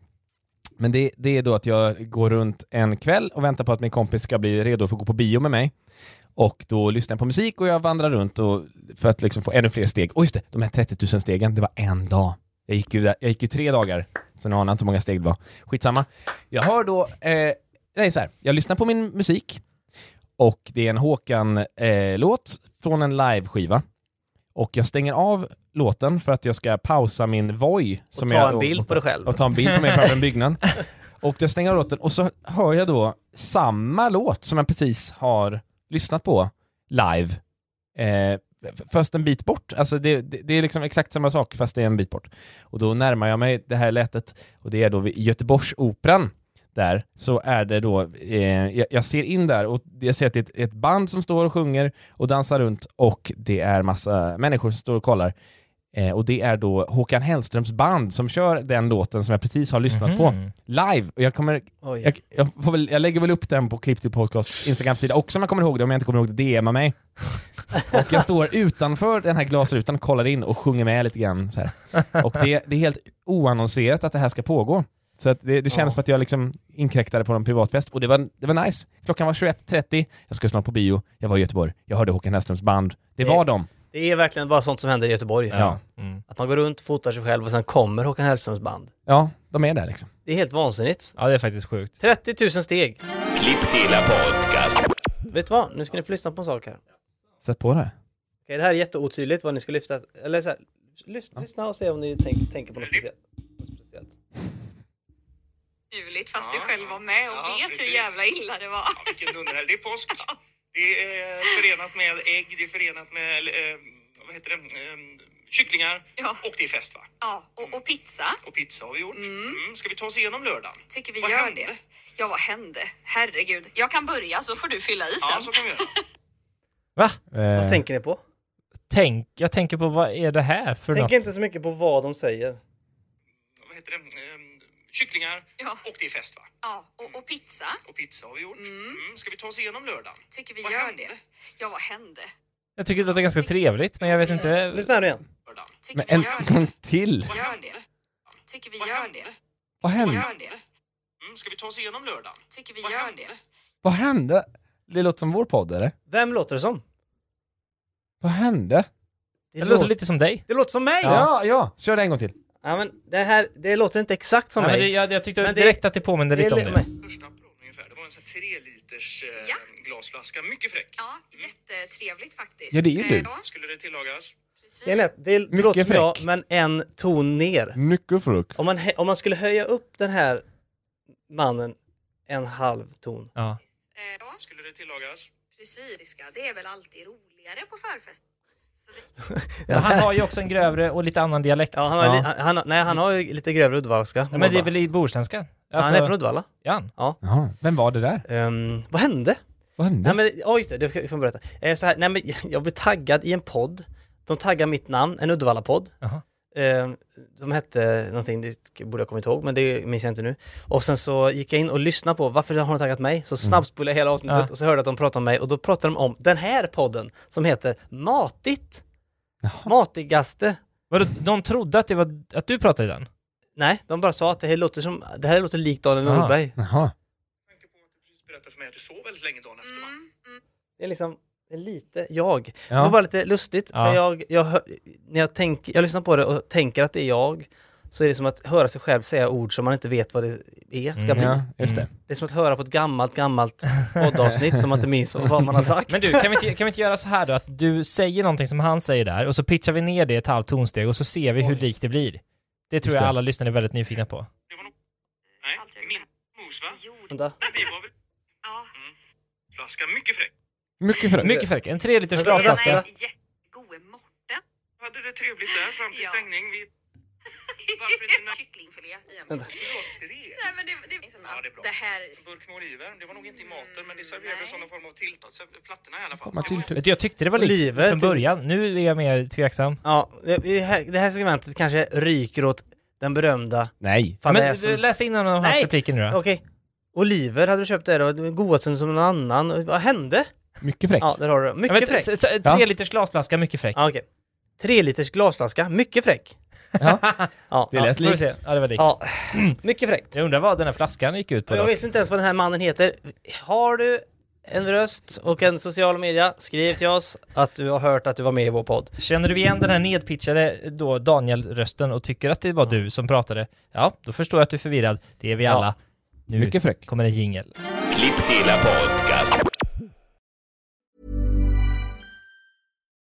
Speaker 2: Men det, det är då att jag går runt en kväll och väntar på att min kompis ska bli redo för att gå på bio med mig. Och då lyssnar jag på musik och jag vandrar runt och, för att liksom få ännu fler steg. Och just det, de här 30 000 stegen, det var en dag. Jag gick ju, där, jag gick ju tre dagar, så ni anar inte hur många steg det var. Skitsamma. Jag hör då, eh, nej så här, jag lyssnar på min musik och det är en Håkan-låt från en liveskiva. Och jag stänger av låten för att jag ska pausa min Voi.
Speaker 3: Och ta en bild på dig själv.
Speaker 2: Och ta en bild på mig framför en byggnad. Och jag stänger av låten och så hör jag då samma låt som jag precis har lyssnat på live. Eh, f- först en bit bort. Alltså det, det, det är liksom exakt samma sak fast det är en bit bort. Och då närmar jag mig det här lätet och det är då vid Göteborgsoperan där så är det då, eh, jag, jag ser in där och jag ser att det är ett, ett band som står och sjunger och dansar runt och det är massa människor som står och kollar. Eh, och det är då Håkan Hellströms band som kör den låten som jag precis har lyssnat på
Speaker 4: Mhm.
Speaker 2: live. Och jag, kommer,
Speaker 3: Oj.
Speaker 2: jag, jag, får väl, jag lägger väl upp den på Klipp till podcast Instagram-sida också om jag kommer ihåg det. Om jag inte kommer ihåg det, DMa mig. Och jag står utanför den här glasrutan, kollar in och sjunger med lite grann. Så här. Och det, det är helt oannonserat att det här ska pågå. Så att det, det känns
Speaker 3: Ja.
Speaker 2: som att jag liksom inkräktade på någon privatfest och det var, det var nice. Klockan var 21.30, jag ska snart på bio, jag var i Göteborg, jag hörde Håkan Hellströms band. Det var dem.
Speaker 3: Det är verkligen bara sånt som händer i Göteborg.
Speaker 2: Ja.
Speaker 4: Mm.
Speaker 3: Att man går runt, fotar sig själv och sen kommer Håkan Hellströms band.
Speaker 2: ja, de är där liksom.
Speaker 3: Det är helt vansinnigt.
Speaker 4: ja, det är faktiskt sjukt.
Speaker 3: 30 000 steg.
Speaker 5: Klipp till en podcast.
Speaker 3: Vet du vad? Nu ska ni få lyssna på en sak här.
Speaker 2: Sätt på det.
Speaker 3: Okej, det här är jätteotydligt vad ni ska lyfta. Eller så här, lys- lyssna och se om ni tänk, tänker på något speciellt. Något speciellt.
Speaker 7: naturligt fast du själv var med och
Speaker 5: Ja,
Speaker 7: vet
Speaker 5: precis.
Speaker 7: hur jävla illa det var.
Speaker 5: Vilken dunderhelg, det är påsk. Det
Speaker 7: Det är förenat med ägg, det är förenat med, eh, vad heter det, eh, kycklingar
Speaker 8: Ja.
Speaker 7: och det är fest va?
Speaker 8: Ja, och, och pizza
Speaker 7: Och pizza har vi gjort. Mm. Ska vi ta oss igenom lördagen?
Speaker 8: tycker vi
Speaker 7: Vad
Speaker 8: gör
Speaker 7: hände?
Speaker 8: det. Ja, vad hände? Herregud. Jag kan börja så får du fylla i sen.
Speaker 7: Ja, så kan vi göra.
Speaker 4: Va?
Speaker 2: Eh,
Speaker 3: Vad tänker ni på?
Speaker 4: Tänk, jag tänker på vad är det här för
Speaker 3: Tänk
Speaker 4: något?
Speaker 3: inte så mycket på vad de säger.
Speaker 7: Vad heter det, eh, kycklingar
Speaker 8: Ja.
Speaker 7: och det är fest va?
Speaker 8: Ja, och, och pizza
Speaker 7: Och pizza har vi gjort. Mm. Ska vi ta oss igenom lördagen?
Speaker 8: tycker vi
Speaker 7: Vad
Speaker 8: gör
Speaker 7: hände?
Speaker 8: det. Ja, vad hände?
Speaker 4: Jag tycker det låter ganska
Speaker 3: Alltså,
Speaker 4: trevligt, men jag vet inte.
Speaker 3: Lyssna här nu igen.
Speaker 7: Lördagen.
Speaker 8: Tycker
Speaker 2: Men
Speaker 8: vi
Speaker 2: en
Speaker 8: gör det.
Speaker 2: gång till!
Speaker 8: Gör det. Tycker vi
Speaker 7: Vad
Speaker 8: gör
Speaker 7: hände?
Speaker 8: det.
Speaker 2: Vad hände?
Speaker 8: Gör det.
Speaker 7: Mm. Ska vi ta oss igenom lördagen?
Speaker 8: Tycker vi
Speaker 7: Vad
Speaker 8: gör
Speaker 7: hände?
Speaker 8: det.
Speaker 2: Vad hände? Det låter som vår podd, eller?
Speaker 3: Vem låter det som?
Speaker 2: Vad hände?
Speaker 3: Det,
Speaker 4: Det låter lite som dig.
Speaker 3: det låter som mig!
Speaker 2: Ja, ja! Kör det en gång till.
Speaker 3: Ja, men det här, det låter inte exakt som
Speaker 4: Ja, men
Speaker 3: mig.
Speaker 4: det, jag, jag tyckte
Speaker 3: Men det-
Speaker 4: direkt att det påminner
Speaker 3: Det är
Speaker 4: lite om
Speaker 3: li-
Speaker 4: dig.
Speaker 3: men-
Speaker 7: Första Aperol ungefär. Det var en sån här 3 liters eh,
Speaker 8: Ja.
Speaker 7: glasflaska. Mycket fräck.
Speaker 8: Ja, jättetrevligt faktiskt.
Speaker 2: Ja, det är ju
Speaker 8: Eh,
Speaker 2: du.
Speaker 8: ja,
Speaker 7: Skulle det tillagas?
Speaker 8: precis.
Speaker 3: det är lätt. Det, det
Speaker 2: Mycket
Speaker 3: låter som jag,
Speaker 2: fräck.
Speaker 3: men en ton ner.
Speaker 2: Mycket frukt.
Speaker 3: Om man, hö- om man skulle höja upp den här mannen en halv ton.
Speaker 4: Ja.
Speaker 8: Eh, Ja,
Speaker 7: Skulle det tillagas?
Speaker 8: precis. Det är väl alltid roligare på förfest. Så det,
Speaker 4: Men han har ju också en grövre och lite annan dialekt.
Speaker 3: Ja, han har, li- Han, han, nej, han har ju lite grövre uddevallska.
Speaker 4: Ja, men det är väl i bohuslänska? Alltså,
Speaker 3: Han är från Uddevalla.
Speaker 4: Ja, han.
Speaker 2: Jaha, vem var det där?
Speaker 3: Ehm, vad hände?
Speaker 2: Vad
Speaker 3: Nej
Speaker 2: hände?
Speaker 3: men, ja just det, det får jag får berätta. Eh, så här, nej men jag blev taggad i en podd. De taggade mitt namn, en Uddevalla-podd.
Speaker 4: Jaha.
Speaker 3: Eh, de hette någonting, det borde jag kommit ihåg, men det minns jag inte nu. Och sen så gick jag in och lyssnade på varför har de taggat mig? Så snabbspolade jag hela avsnittet
Speaker 4: Mm. Ja.
Speaker 3: och så hörde jag att de pratade om mig och då pratade de om den här podden som heter Matigt. Matigaste.
Speaker 4: Vadå, de trodde att, det var, att du pratade i den?
Speaker 3: Nej, de bara sa att det här låter, som, det här låter likt Daniel
Speaker 4: Jaha.
Speaker 3: Nordberg.
Speaker 2: Jaha.
Speaker 7: Med tanke på att du precis berättade för mig att du sov väldigt länge dagen efter va?
Speaker 3: Det är liksom det är lite jag. Det var
Speaker 2: Ja.
Speaker 3: bara lite lustigt,
Speaker 4: Ja.
Speaker 3: för jag, jag, hör, när jag, tänk, jag lyssnar på det och tänker att det är jag, så är det som att höra sig själv säga ord som man inte vet vad det är, ska
Speaker 4: Mm.
Speaker 3: bli.
Speaker 2: ja, just det.
Speaker 3: Det är som att höra på ett gammalt, gammalt poddavsnitt som man inte minns vad man har sagt.
Speaker 4: Men du, kan vi, inte, kan vi inte göra så här då att du säger någonting som han säger där och så pitchar vi ner det ett halvt tonsteg och så ser vi hur likt det blir. Det tror
Speaker 2: Just
Speaker 4: jag
Speaker 2: det.
Speaker 4: alla lyssnare är väldigt nyfikna på.
Speaker 7: Det var nog... Nej,
Speaker 8: Allt jag
Speaker 7: min mos va?
Speaker 8: gjorde.
Speaker 3: Vänta.
Speaker 7: Det var väl
Speaker 8: Ja.
Speaker 7: flaska. Mycket fräck.
Speaker 2: Mycket frukt.
Speaker 4: Mycket fräck. En tre liters
Speaker 3: Vänta, vänta,
Speaker 4: glasflaska.
Speaker 3: vänta.
Speaker 8: Nej, jättegode Morten.
Speaker 7: Hade det trevligt där fram till
Speaker 8: Ja.
Speaker 7: stängning. Vi... Varför inte när...
Speaker 8: Kycklingfilé i en
Speaker 3: Vänta.
Speaker 7: Det var tre.
Speaker 8: Nej men det, det, är liksom
Speaker 7: Ja,
Speaker 8: att
Speaker 7: det är bra.
Speaker 8: det här... Mm,
Speaker 7: Burk med oliver. Det var nog inte i maten men det serverades som
Speaker 8: Nej.
Speaker 7: någon form av tilltag. Så Plattorna i alla fall.
Speaker 2: Man
Speaker 7: Det var-
Speaker 4: Vet du, jag tyckte det var likt
Speaker 3: Oliver
Speaker 4: från
Speaker 3: till-
Speaker 4: början. Nu är jag mer tveksam.
Speaker 3: Ja, det, det här- det här segmentet kanske ryker åt den berömda
Speaker 2: Nej.
Speaker 4: Men du,
Speaker 3: fadäsen.
Speaker 4: läs in någon av hans
Speaker 3: Nej.
Speaker 4: repliker nu då.
Speaker 3: Okej. Oliver hade du köpt det då, det var godast som någon annan. Vad hände?
Speaker 2: Mycket fräck.
Speaker 3: Ja, där har du det.
Speaker 4: Ja,
Speaker 3: Mycket
Speaker 4: men,
Speaker 3: fräck.
Speaker 4: t- t- Tre liters glasflaska, mycket fräck.
Speaker 3: Ja, okej. Tre liters glasflaska, mycket fräck.
Speaker 2: Ja.
Speaker 3: Ja,
Speaker 2: Det lät
Speaker 4: får vi
Speaker 2: likt.
Speaker 4: se. Ja, det var likt.
Speaker 3: ja. mycket fräckt.
Speaker 4: Jag undrar vad den här flaskan gick ut på
Speaker 3: Och Jag
Speaker 4: då.
Speaker 3: visste inte ens vad den här mannen heter. Har du en röst och en social media, skriv till oss att du har hört att du var med i vår podd.
Speaker 4: Känner du igen den här nedpitchade då Daniel-rösten och tycker att det var du som pratade? Ja, då förstår jag att du är förvirrad. Det är vi
Speaker 3: Ja.
Speaker 4: alla. Nu
Speaker 2: Mycket fräck.
Speaker 4: kommer en jingel.
Speaker 5: Klipp till podcast.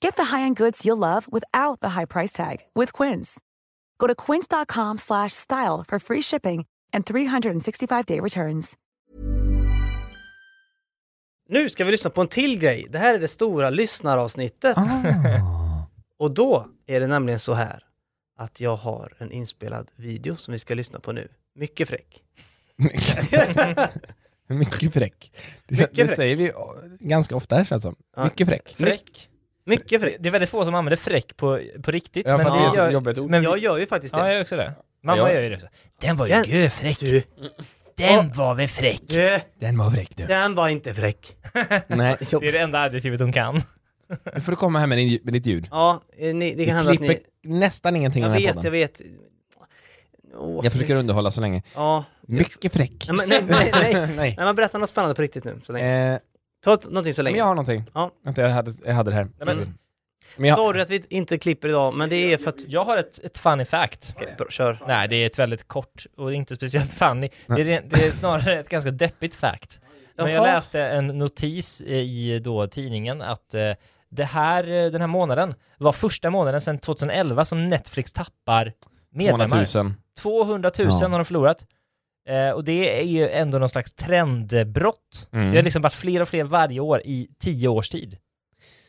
Speaker 9: Get the high-end goods you'll love without the high price tag with Quince. Go to quince.com/style slash style for free shipping and 365-day returns.
Speaker 3: Nu ska vi lyssna på en till grej. Det här är det stora lyssnaravsnittet.
Speaker 2: Ah.
Speaker 3: Och då är det nämligen så här att jag har en inspelad video som vi ska lyssna på nu. Mycket fräck.
Speaker 2: Mycket- Mycket fräck. Det,
Speaker 3: Mycket
Speaker 2: det
Speaker 3: fräck.
Speaker 2: säger vi ganska ofta här känns det som. Mycket fräck.
Speaker 3: Fräck. Mycket fräck.
Speaker 4: Det är väldigt få som använder fräck på, på riktigt.
Speaker 2: Ja,
Speaker 4: men
Speaker 2: för det
Speaker 4: vi
Speaker 2: är ett så
Speaker 4: gör-
Speaker 2: jobbigt ord.
Speaker 4: Men
Speaker 3: Jag gör ju faktiskt
Speaker 4: Ja, jag
Speaker 3: det.
Speaker 4: gör också det. Mamma
Speaker 2: Ja.
Speaker 4: gör ju det. Den var ju
Speaker 3: Den-
Speaker 4: görfräck.
Speaker 3: Du,
Speaker 4: Den var väl fräck.
Speaker 3: du,
Speaker 2: Den var vräkt du.
Speaker 3: den var inte fräck.
Speaker 2: Nej,
Speaker 4: Det är det enda adjektivet hon kan.
Speaker 2: nu får du komma här med, din, med ditt ljud.
Speaker 3: Ja, eh, ni, det kan
Speaker 2: Vi
Speaker 3: hända att
Speaker 2: klipper
Speaker 3: ni...
Speaker 2: nästan ingenting
Speaker 3: Jag
Speaker 2: av den här
Speaker 3: vet, jag
Speaker 2: podden.
Speaker 3: vet. Åh,
Speaker 2: Jag försöker underhålla så länge.
Speaker 3: Ja.
Speaker 2: Mycket fräck.
Speaker 3: Nej, men- nej, nej, nej.
Speaker 2: Nej.
Speaker 3: Nej, men berätta något spännande på riktigt nu. Så länge.
Speaker 2: Eh,
Speaker 3: Ta ett- någonting så
Speaker 2: men
Speaker 3: länge.
Speaker 2: jag har någonting.
Speaker 3: Ja.
Speaker 2: Vänta, jag hade, jag hade det här.
Speaker 4: men-
Speaker 2: Mm. men jag,
Speaker 3: Sorry att vi inte klipper idag, men det är för att...
Speaker 4: Jag har ett, ett funny fact.
Speaker 3: Okej, bra, kör.
Speaker 4: Nej, det är ett väldigt kort och inte speciellt funny. Det
Speaker 2: Nej.
Speaker 4: är, re- det är snarare ett ganska deppigt fact. Men jag
Speaker 3: Jaha.
Speaker 4: läste en notis i då tidningen att eh, det här, eh, den här månaden var första månaden sedan 2011 som Netflix tappar medlemmar.
Speaker 2: 200 000.
Speaker 4: 200 000
Speaker 2: Ja.
Speaker 4: har de förlorat. Eh, och det är ju ändå någon slags trendbrott.
Speaker 2: Mm.
Speaker 4: Det har liksom varit fler och fler varje år i tio års tid.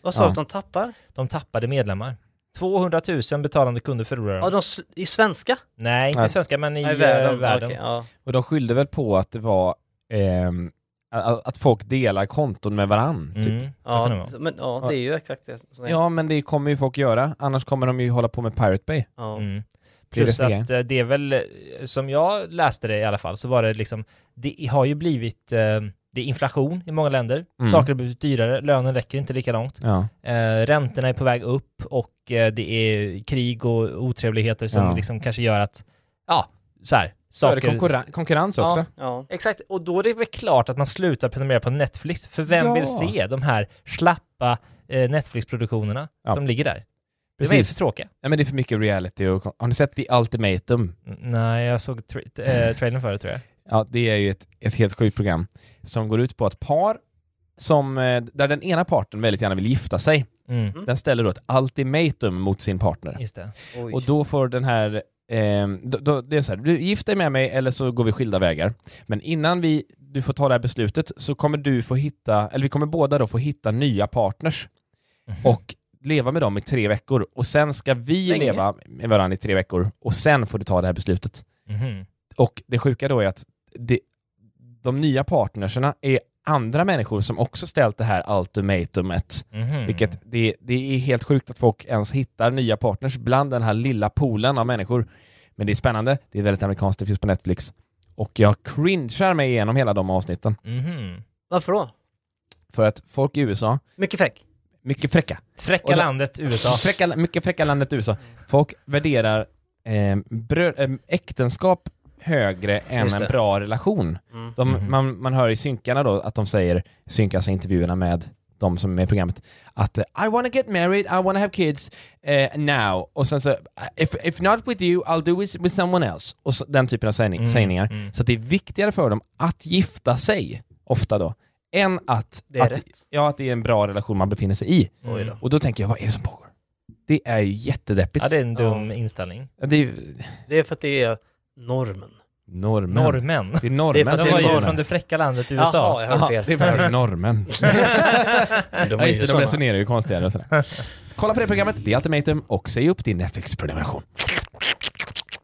Speaker 3: Vad sa du
Speaker 2: Ja.
Speaker 3: att de tappar?
Speaker 4: De tappade medlemmar. 200 000 betalande kunder förlorade de.
Speaker 3: Ja, de sl- i svenska?
Speaker 4: Nej, inte
Speaker 2: Nej.
Speaker 4: svenska, men i
Speaker 3: Nej,
Speaker 4: eh, världen.
Speaker 3: Okej, ja.
Speaker 2: Och de skyllde väl på att det var ehm, a- att folk delar konton med varann.
Speaker 4: Mm,
Speaker 2: Typ.
Speaker 4: så kan det
Speaker 3: Ja,
Speaker 4: vara.
Speaker 3: så- men, ja, det är ju exakt det. som-
Speaker 2: Ja, men det kommer ju folk göra. Annars kommer de ju hålla på med Pirate Bay.
Speaker 3: Ja.
Speaker 4: Mm.
Speaker 2: Blir
Speaker 4: Plus
Speaker 2: det snygga?
Speaker 4: att eh, det är väl, eh, som jag läste det i alla fall, så var det liksom, det har ju blivit, eh, det är inflation i många länder,
Speaker 2: Mm.
Speaker 4: saker har blivit dyrare, lönen räcker inte lika långt,
Speaker 2: Ja.
Speaker 4: eh, räntorna är på väg upp och eh, det är krig och otrevligheter som
Speaker 2: Ja.
Speaker 4: liksom kanske gör att, ja, så här,
Speaker 2: Så är det
Speaker 4: saker...
Speaker 2: konkurren- konkurrens
Speaker 4: Ja.
Speaker 2: också.
Speaker 3: Ja.
Speaker 4: Exakt, och då är det väl klart att man slutar prenumerera på Netflix, för vem
Speaker 2: Ja.
Speaker 4: vill se de här slappa eh, Netflix-produktionerna
Speaker 2: Ja.
Speaker 4: som ligger där? De är inte
Speaker 2: Precis.
Speaker 4: tråkiga.
Speaker 2: Nej, men det är för mycket reality. Och, har ni sett The Ultimatum?
Speaker 4: Mm, Nej, jag såg tra- t- eh, trailern förut tror jag.
Speaker 2: Ja, det är ju ett, ett helt sjukt program som går ut på ett par som, eh, där den ena parten väldigt gärna vill gifta sig.
Speaker 4: Mm.
Speaker 2: Den ställer då ett ultimatum mot sin partner.
Speaker 4: Just det.
Speaker 3: Oj.
Speaker 2: Och då får den här, ehm, då, då, det är så här, du gift dig med mig eller så går vi skilda vägar. Men innan vi, du får ta det här beslutet så kommer du få hitta, eller vi kommer båda då få hitta nya partners
Speaker 3: Mhm.
Speaker 2: och leva med dem i tre veckor. Och sen ska vi
Speaker 3: Länge.
Speaker 2: leva med varandra i tre veckor och sen får du ta det här beslutet.
Speaker 4: Mhm.
Speaker 2: Och det sjuka då är att det, de nya partnerserna är andra människor som också ställt det här ultimatumet.
Speaker 4: Mhm.
Speaker 2: Vilket det, det är helt sjukt att folk ens hittar nya partners bland den här lilla poolen av människor. Men det är spännande, det är väldigt amerikanskt, det finns på Netflix. Och jag cringear mig igenom hela de avsnitten.
Speaker 4: Mhm.
Speaker 3: Varför då?
Speaker 2: För att folk i USA,
Speaker 3: Mycket fräck.
Speaker 2: mycket fräcka.
Speaker 4: Fräcka
Speaker 2: Och la-
Speaker 4: landet USA.
Speaker 2: Fräcka, mycket fräcka landet USA. Folk värderar eh, brö, eh, äktenskap högre än
Speaker 3: Just det.
Speaker 2: en bra relation.
Speaker 3: Mm.
Speaker 2: De,
Speaker 4: Mhm.
Speaker 2: man, man hör i synkarna då att de säger, synkas i intervjuerna med de som är med i programmet, att eh, I wanna get married, I wanna have kids eh, now. Och sen så, if, if not with you, I'll do it with someone else. Och så, den typen av sägning,
Speaker 4: Mm,
Speaker 2: sägningar.
Speaker 4: mm.
Speaker 2: Så att det är viktigare för dem att gifta sig, ofta då, än att
Speaker 3: Det är
Speaker 2: att,
Speaker 3: rätt.
Speaker 2: ja, att det är en bra relation man befinner sig i.
Speaker 4: Mm.
Speaker 3: Oj då.
Speaker 2: Och då tänker jag, vad är det som pågår? Det är ju jättedeppigt.
Speaker 4: Ja, det är en dum inställning.
Speaker 2: Ja, det är ju
Speaker 3: Det är för att det är normen.
Speaker 2: normen.
Speaker 4: Norrmän.
Speaker 2: Det är
Speaker 3: Det är
Speaker 2: normen
Speaker 3: för att
Speaker 4: De
Speaker 2: som
Speaker 3: det
Speaker 4: var
Speaker 3: är
Speaker 4: ju
Speaker 3: norrmän.
Speaker 4: från det fräcka landet USA.
Speaker 3: Jaha, jag hörde
Speaker 2: Jaha,
Speaker 3: fel.
Speaker 2: det är bara normen.
Speaker 3: De
Speaker 2: Ja just det, de resonerar ju konstigare och sådär. Kolla på det programmet, det är Ultimatum, och säg upp din Netflix-prenumeration.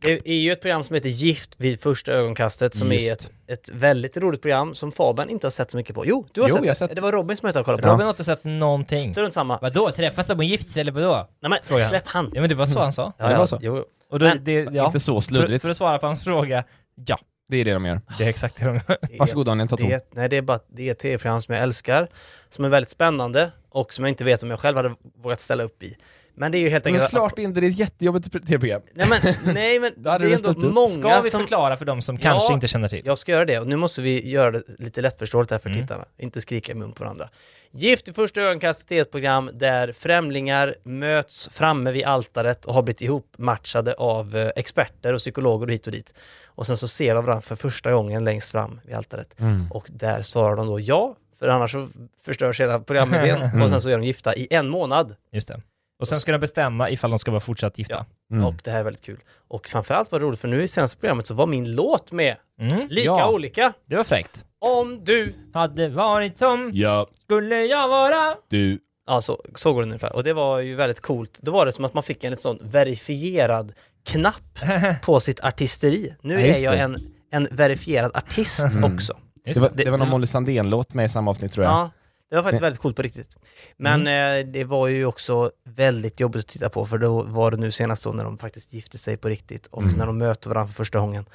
Speaker 3: Det är ju ett program som heter Gift vid första ögonkastet som
Speaker 2: Just.
Speaker 3: är ett, ett väldigt roligt program som Fabian inte har sett så mycket på. Jo, du har
Speaker 2: Jo,
Speaker 3: sett,
Speaker 2: jag har
Speaker 3: det.
Speaker 2: sett.
Speaker 3: Det var Robin som inte har kollat på.
Speaker 4: Robin har inte sett någonting.
Speaker 3: Strunt samma.
Speaker 4: Vadå, träffas de och gifts sig eller vadå?
Speaker 3: Nej men
Speaker 4: Fråga.
Speaker 3: släpp han.
Speaker 4: Ja men det var så han sa.
Speaker 2: Mm. Ja, det var så.
Speaker 3: Jo.
Speaker 4: Och då,
Speaker 3: Men-
Speaker 4: det, ja.
Speaker 2: Inte så
Speaker 4: för,
Speaker 2: sluddrigt.
Speaker 4: för att svara på hans fråga, ja,
Speaker 2: Det är det de gör.
Speaker 4: det är exakt det de gör.
Speaker 3: Det är-
Speaker 2: Varsågod Daniel, ta
Speaker 3: det,
Speaker 2: tom.
Speaker 3: är- Nej, det är bara det är ett tv-program som jag älskar, som är väldigt spännande och som jag inte vet om jag själv hade vågat ställa upp i. Men det är ju helt enkelt...
Speaker 2: Men klart inte, det är ett jättejobbigt tv-program.
Speaker 3: Nej men, nej, men det
Speaker 2: hade du
Speaker 3: är
Speaker 2: ställt
Speaker 3: ändå
Speaker 2: upp.
Speaker 3: många
Speaker 4: Ska vi
Speaker 3: som...
Speaker 4: förklara för de som kanske
Speaker 3: Ja.
Speaker 4: inte känner till?
Speaker 3: Jag ska göra det och nu måste vi göra det lite lättförståeligt här för
Speaker 4: Mm.
Speaker 3: tittarna. Inte skrika i mun på varandra. Gift i första ögonkastet är ett program där främlingar möts framme vid altaret och har blivit ihopmatchade av eh, experter och psykologer och hit och dit. Och sen så ser de varandra för första gången längst fram vid altaret. Och där svarar de då ja, för annars så förstörs hela programidén. Och sen så är de gifta i en månad.
Speaker 4: Just det. Och sen ska de bestämma ifall de ska vara fortsatt gifta.
Speaker 2: Mm.
Speaker 3: Och det här är väldigt kul. Och framförallt var det roligt för nu i senaste programmet så var min låt med.
Speaker 4: Mm.
Speaker 3: Lika
Speaker 2: Ja.
Speaker 3: olika.
Speaker 4: Det var fräckt.
Speaker 3: Om du
Speaker 4: Hade varit som
Speaker 2: Ja,
Speaker 4: skulle jag vara
Speaker 2: du.
Speaker 3: Ja, så, så går det ungefär. Och det var ju väldigt coolt. Då var det som att man fick en lite sån verifierad knapp på sitt artisteri. Nu
Speaker 2: Ja,
Speaker 3: är
Speaker 2: just
Speaker 3: jag
Speaker 2: det. Mm.
Speaker 3: en, en verifierad artist också.
Speaker 2: Det var, det var någon
Speaker 3: Ja.
Speaker 2: Molly Sandén-låt med i samma avsnitt tror jag.
Speaker 3: Ja, Det var faktiskt väldigt coolt på riktigt. Men
Speaker 2: Mm.
Speaker 3: eh, det var ju också väldigt jobbigt att titta på, för då var det nu senast då när de faktiskt gifte sig på riktigt och
Speaker 2: Mm.
Speaker 3: när de möter varandra för första gången.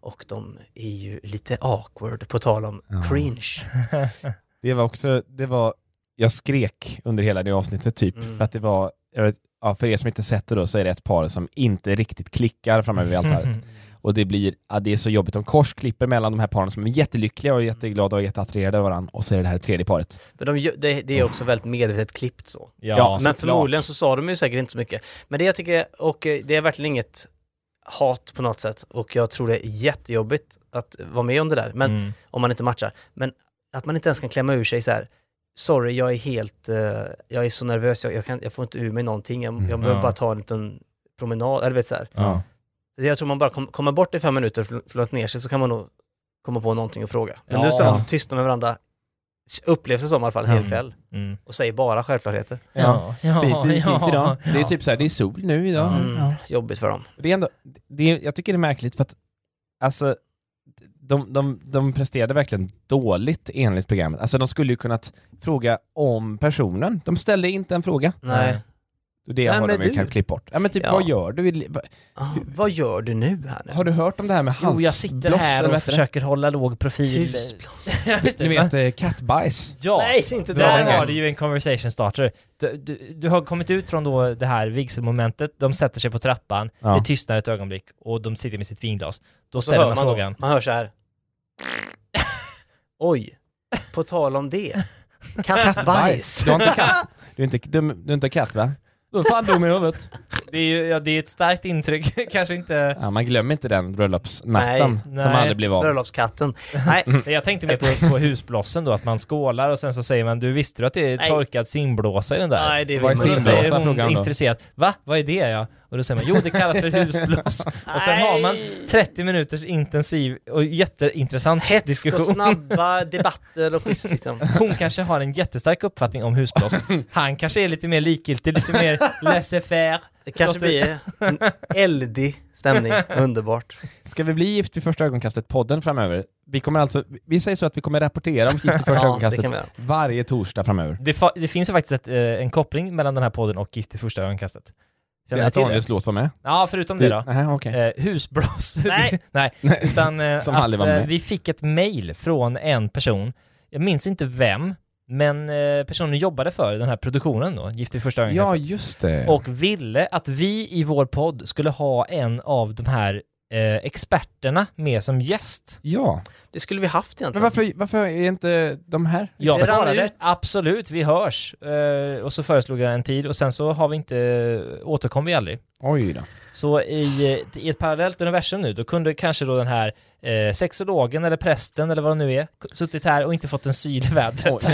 Speaker 3: Och de är ju lite awkward, på tal om
Speaker 2: Ja.
Speaker 3: cringe.
Speaker 2: Det var också, det var, jag skrek under hela det avsnittet typ,
Speaker 3: Mm.
Speaker 2: för att det var, jag vet, ja, för er som inte sett det då, så är det ett par som inte riktigt klickar framöver vid altaret.
Speaker 4: Mm.
Speaker 2: Och det blir, ja, det är så jobbigt, de korsklipper mellan de här paren som är jättelyckliga och jätteglada och jätteattraherade av varandra, och så är det det här tredje paret.
Speaker 3: Men de, gör- det, det är också väldigt medvetet klippt så.
Speaker 4: Ja,
Speaker 2: Ja,
Speaker 3: Men
Speaker 2: såklart.
Speaker 3: förmodligen så sa de ju säkert inte så mycket. Men det jag tycker, och eh, det är verkligen inget hat på något sätt, och jag tror det är jättejobbigt att vara med om det där, men
Speaker 4: Mm.
Speaker 3: om man inte matchar. Men att man inte ens kan klämma ur sig så här. sorry jag är helt, eh, jag är så nervös, jag, jag, kan, jag får inte ur mig någonting, jag, jag
Speaker 2: Mm.
Speaker 3: behöver
Speaker 4: Ja.
Speaker 3: bara ta en liten promenad, eller vet så här.
Speaker 2: Ja.
Speaker 3: Jag tror man bara kom, kommer bort i fem minuter och fl- flöt ner sig så kan man nog komma på någonting att fråga. Men
Speaker 4: Ja.
Speaker 3: nu så är de tysta med varandra, upplevs det som i alla fall, en hel
Speaker 4: Mm.
Speaker 3: kväll,
Speaker 4: Mm.
Speaker 3: och säger bara självklarheter.
Speaker 2: Ja.
Speaker 4: ja,
Speaker 2: Fint, fint
Speaker 4: ja.
Speaker 2: idag. Det är typ så här, det är sol nu idag.
Speaker 3: Mm. Jobbigt för dem.
Speaker 2: Det är ändå, det är, jag tycker det är märkligt för att alltså, de, de, de presterade verkligen dåligt enligt programmet. Alltså de skulle ju kunnat fråga om personen. De ställde inte en fråga.
Speaker 3: Nej.
Speaker 2: Och det
Speaker 3: Nej,
Speaker 2: har
Speaker 3: men
Speaker 2: de ju
Speaker 3: du-
Speaker 2: kanske klippt bort. Ja men typ
Speaker 3: Ja.
Speaker 2: vad gör du? i li- va-
Speaker 3: Ah, vad gör du nu här nu?
Speaker 2: Har du hört om det här med
Speaker 4: Jo,
Speaker 2: halsbloss?
Speaker 4: jag sitter
Speaker 2: eller
Speaker 4: här
Speaker 2: vad
Speaker 4: och
Speaker 2: heter det?
Speaker 4: försöker hålla låg profil.
Speaker 3: Husblås.
Speaker 4: Ja, just det.
Speaker 2: Ni vet eh, kattbajs?
Speaker 4: Ja,
Speaker 3: Nej, inte
Speaker 4: där
Speaker 3: den.
Speaker 4: har du ju en conversation starter. Du, du, du har kommit ut från då det här vigselmomentet, de sätter sig på trappan,
Speaker 2: Ja.
Speaker 4: det tystnar ett ögonblick och de sitter med sitt vinglas.
Speaker 3: Så
Speaker 4: Då ställer
Speaker 3: hör
Speaker 4: man,
Speaker 3: man
Speaker 4: frågan.
Speaker 3: då, man hör så här. Oj, på tal om det. Kattbajs.
Speaker 2: Du har inte katt? Du är inte, du, du är inte katt va? Du har fan dum i huvudet.
Speaker 4: Det är ju ja, det är ett starkt intryck, kanske inte...
Speaker 2: Ja, man glömmer inte den bröllopsnatten
Speaker 3: Nej,
Speaker 2: som
Speaker 4: nej.
Speaker 2: man aldrig blev av.
Speaker 3: Bröllopskatten. Nej,
Speaker 2: Mm.
Speaker 4: Jag tänkte mer på, på husblossen då, att man skålar och sen så säger man du visste du att det är
Speaker 3: Nej.
Speaker 4: torkad simblåsa i den där?
Speaker 3: nej det är
Speaker 2: Vad är
Speaker 4: Och då
Speaker 3: vi
Speaker 2: simblås?
Speaker 4: säger
Speaker 2: Simblåsa, frågar
Speaker 4: hon
Speaker 2: han då.
Speaker 4: intresserat, va? Vad är det ja? Och då säger man, jo det kallas för husblås. och sen har man 30 minuters intensiv och jätteintressant
Speaker 3: Hetsk och
Speaker 4: diskussion.
Speaker 3: snabba debatter och schysst liksom.
Speaker 4: Hon kanske har en jättestark uppfattning om husblås. Han kanske är lite mer likgiltig, lite mer laissez-faire.
Speaker 3: Det kanske blir en eldig stämning. Underbart.
Speaker 2: Ska vi bli Gift vid första ögonkastet-podden framöver? Vi kommer alltså, vi säger så att vi kommer rapportera om Gift vid första
Speaker 3: Ja, det
Speaker 2: ögonkastet
Speaker 3: kan vi göra.
Speaker 2: varje torsdag framöver.
Speaker 4: Det, fa- det finns ju faktiskt ett, eh, en koppling mellan den här podden och Gift i första ögonkastet. Känner ni
Speaker 2: Att
Speaker 4: till det?
Speaker 2: Daniels låt var med.
Speaker 4: Ja, förutom det då.
Speaker 2: Aha, okay.
Speaker 4: Eh, husblås.
Speaker 3: Nej.
Speaker 4: Nej. Utan eh,
Speaker 2: Som
Speaker 4: att
Speaker 2: aldrig var med.
Speaker 4: eh, vi fick ett mail från en person, jag minns inte vem, men eh, personen jobbade för den här produktionen då, Gift i första
Speaker 2: ja,
Speaker 4: ögonkastet.
Speaker 2: just det.
Speaker 4: och ville att vi i vår podd skulle ha en av de här eh, experterna med som gäst.
Speaker 2: ja.
Speaker 3: Det skulle vi haft
Speaker 2: Men
Speaker 3: egentligen.
Speaker 2: varför, varför är inte de här?
Speaker 4: Jag
Speaker 3: Det rann
Speaker 4: svarade
Speaker 3: ut.
Speaker 4: absolut, vi hörs. Eh, och så föreslog jag en tid och sen så har vi inte, eh, återkom vi aldrig.
Speaker 2: Oj då.
Speaker 4: Så i, eh, i ett parallellt universum nu, då kunde kanske då den här eh, sexologen eller prästen eller vad det nu är, k- suttit här och inte fått en syl i vädret.
Speaker 2: Oj.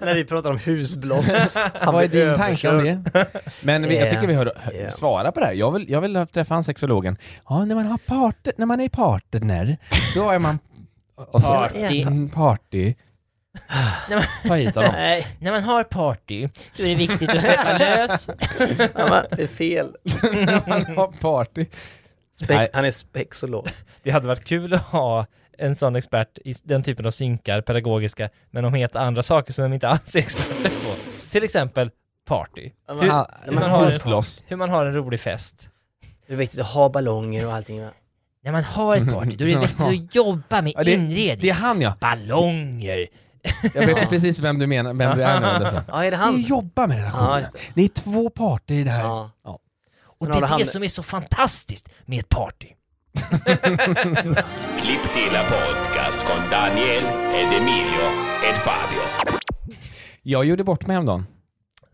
Speaker 3: När vi pratar om husblås. Han
Speaker 2: Vad är
Speaker 3: blir
Speaker 2: din tanke om
Speaker 3: överkörd.
Speaker 2: det? Men vi, jag tycker vi hör, hör,
Speaker 3: Yeah.
Speaker 2: svara på det här. Jag vill, jag vill träffa han sexologen. Ja, när man, har parter, när man är partner, då är man... Och så,
Speaker 4: Party.
Speaker 2: Mm, party. Ta hit honom.
Speaker 4: Nej, när man har party, då är det viktigt att släppa lös.
Speaker 3: Ja, men Det är fel.
Speaker 2: när man har party. Nej.
Speaker 3: Spek- han är spexolog.
Speaker 4: Det hade varit kul att ha en sån expert i s- den typen av synkar, pedagogiska, men om helt andra saker som de inte alls är experter på. Till exempel party.
Speaker 3: Ja,
Speaker 4: Hur-
Speaker 2: Ah,
Speaker 4: hur
Speaker 2: men
Speaker 4: man har en,
Speaker 2: husblås.
Speaker 4: hur man har en rolig fest.
Speaker 3: Det är viktigt att ha ballonger och allting. va?
Speaker 4: När man har ett party, då är det viktigt att jobba med
Speaker 2: Ja, det-
Speaker 4: inredning.
Speaker 2: Det är han ja.
Speaker 4: Ballonger.
Speaker 2: Jag vet precis vem du menar, vem du är nu. Andersson.
Speaker 3: Ja, är det han?
Speaker 2: Ni jobbar med
Speaker 3: Ja,
Speaker 2: relationerna.
Speaker 3: just det.
Speaker 2: Ni är två parter i det här.
Speaker 3: Ja.
Speaker 2: Ja.
Speaker 3: Sen
Speaker 4: Och det
Speaker 3: har
Speaker 4: är
Speaker 3: du
Speaker 4: det
Speaker 3: hand-
Speaker 4: som är så fantastiskt med ett party.
Speaker 5: Klipp till la podcast con Daniel, ed Emilio ed Fabio.
Speaker 2: Jag gjorde bort mig häromdagen.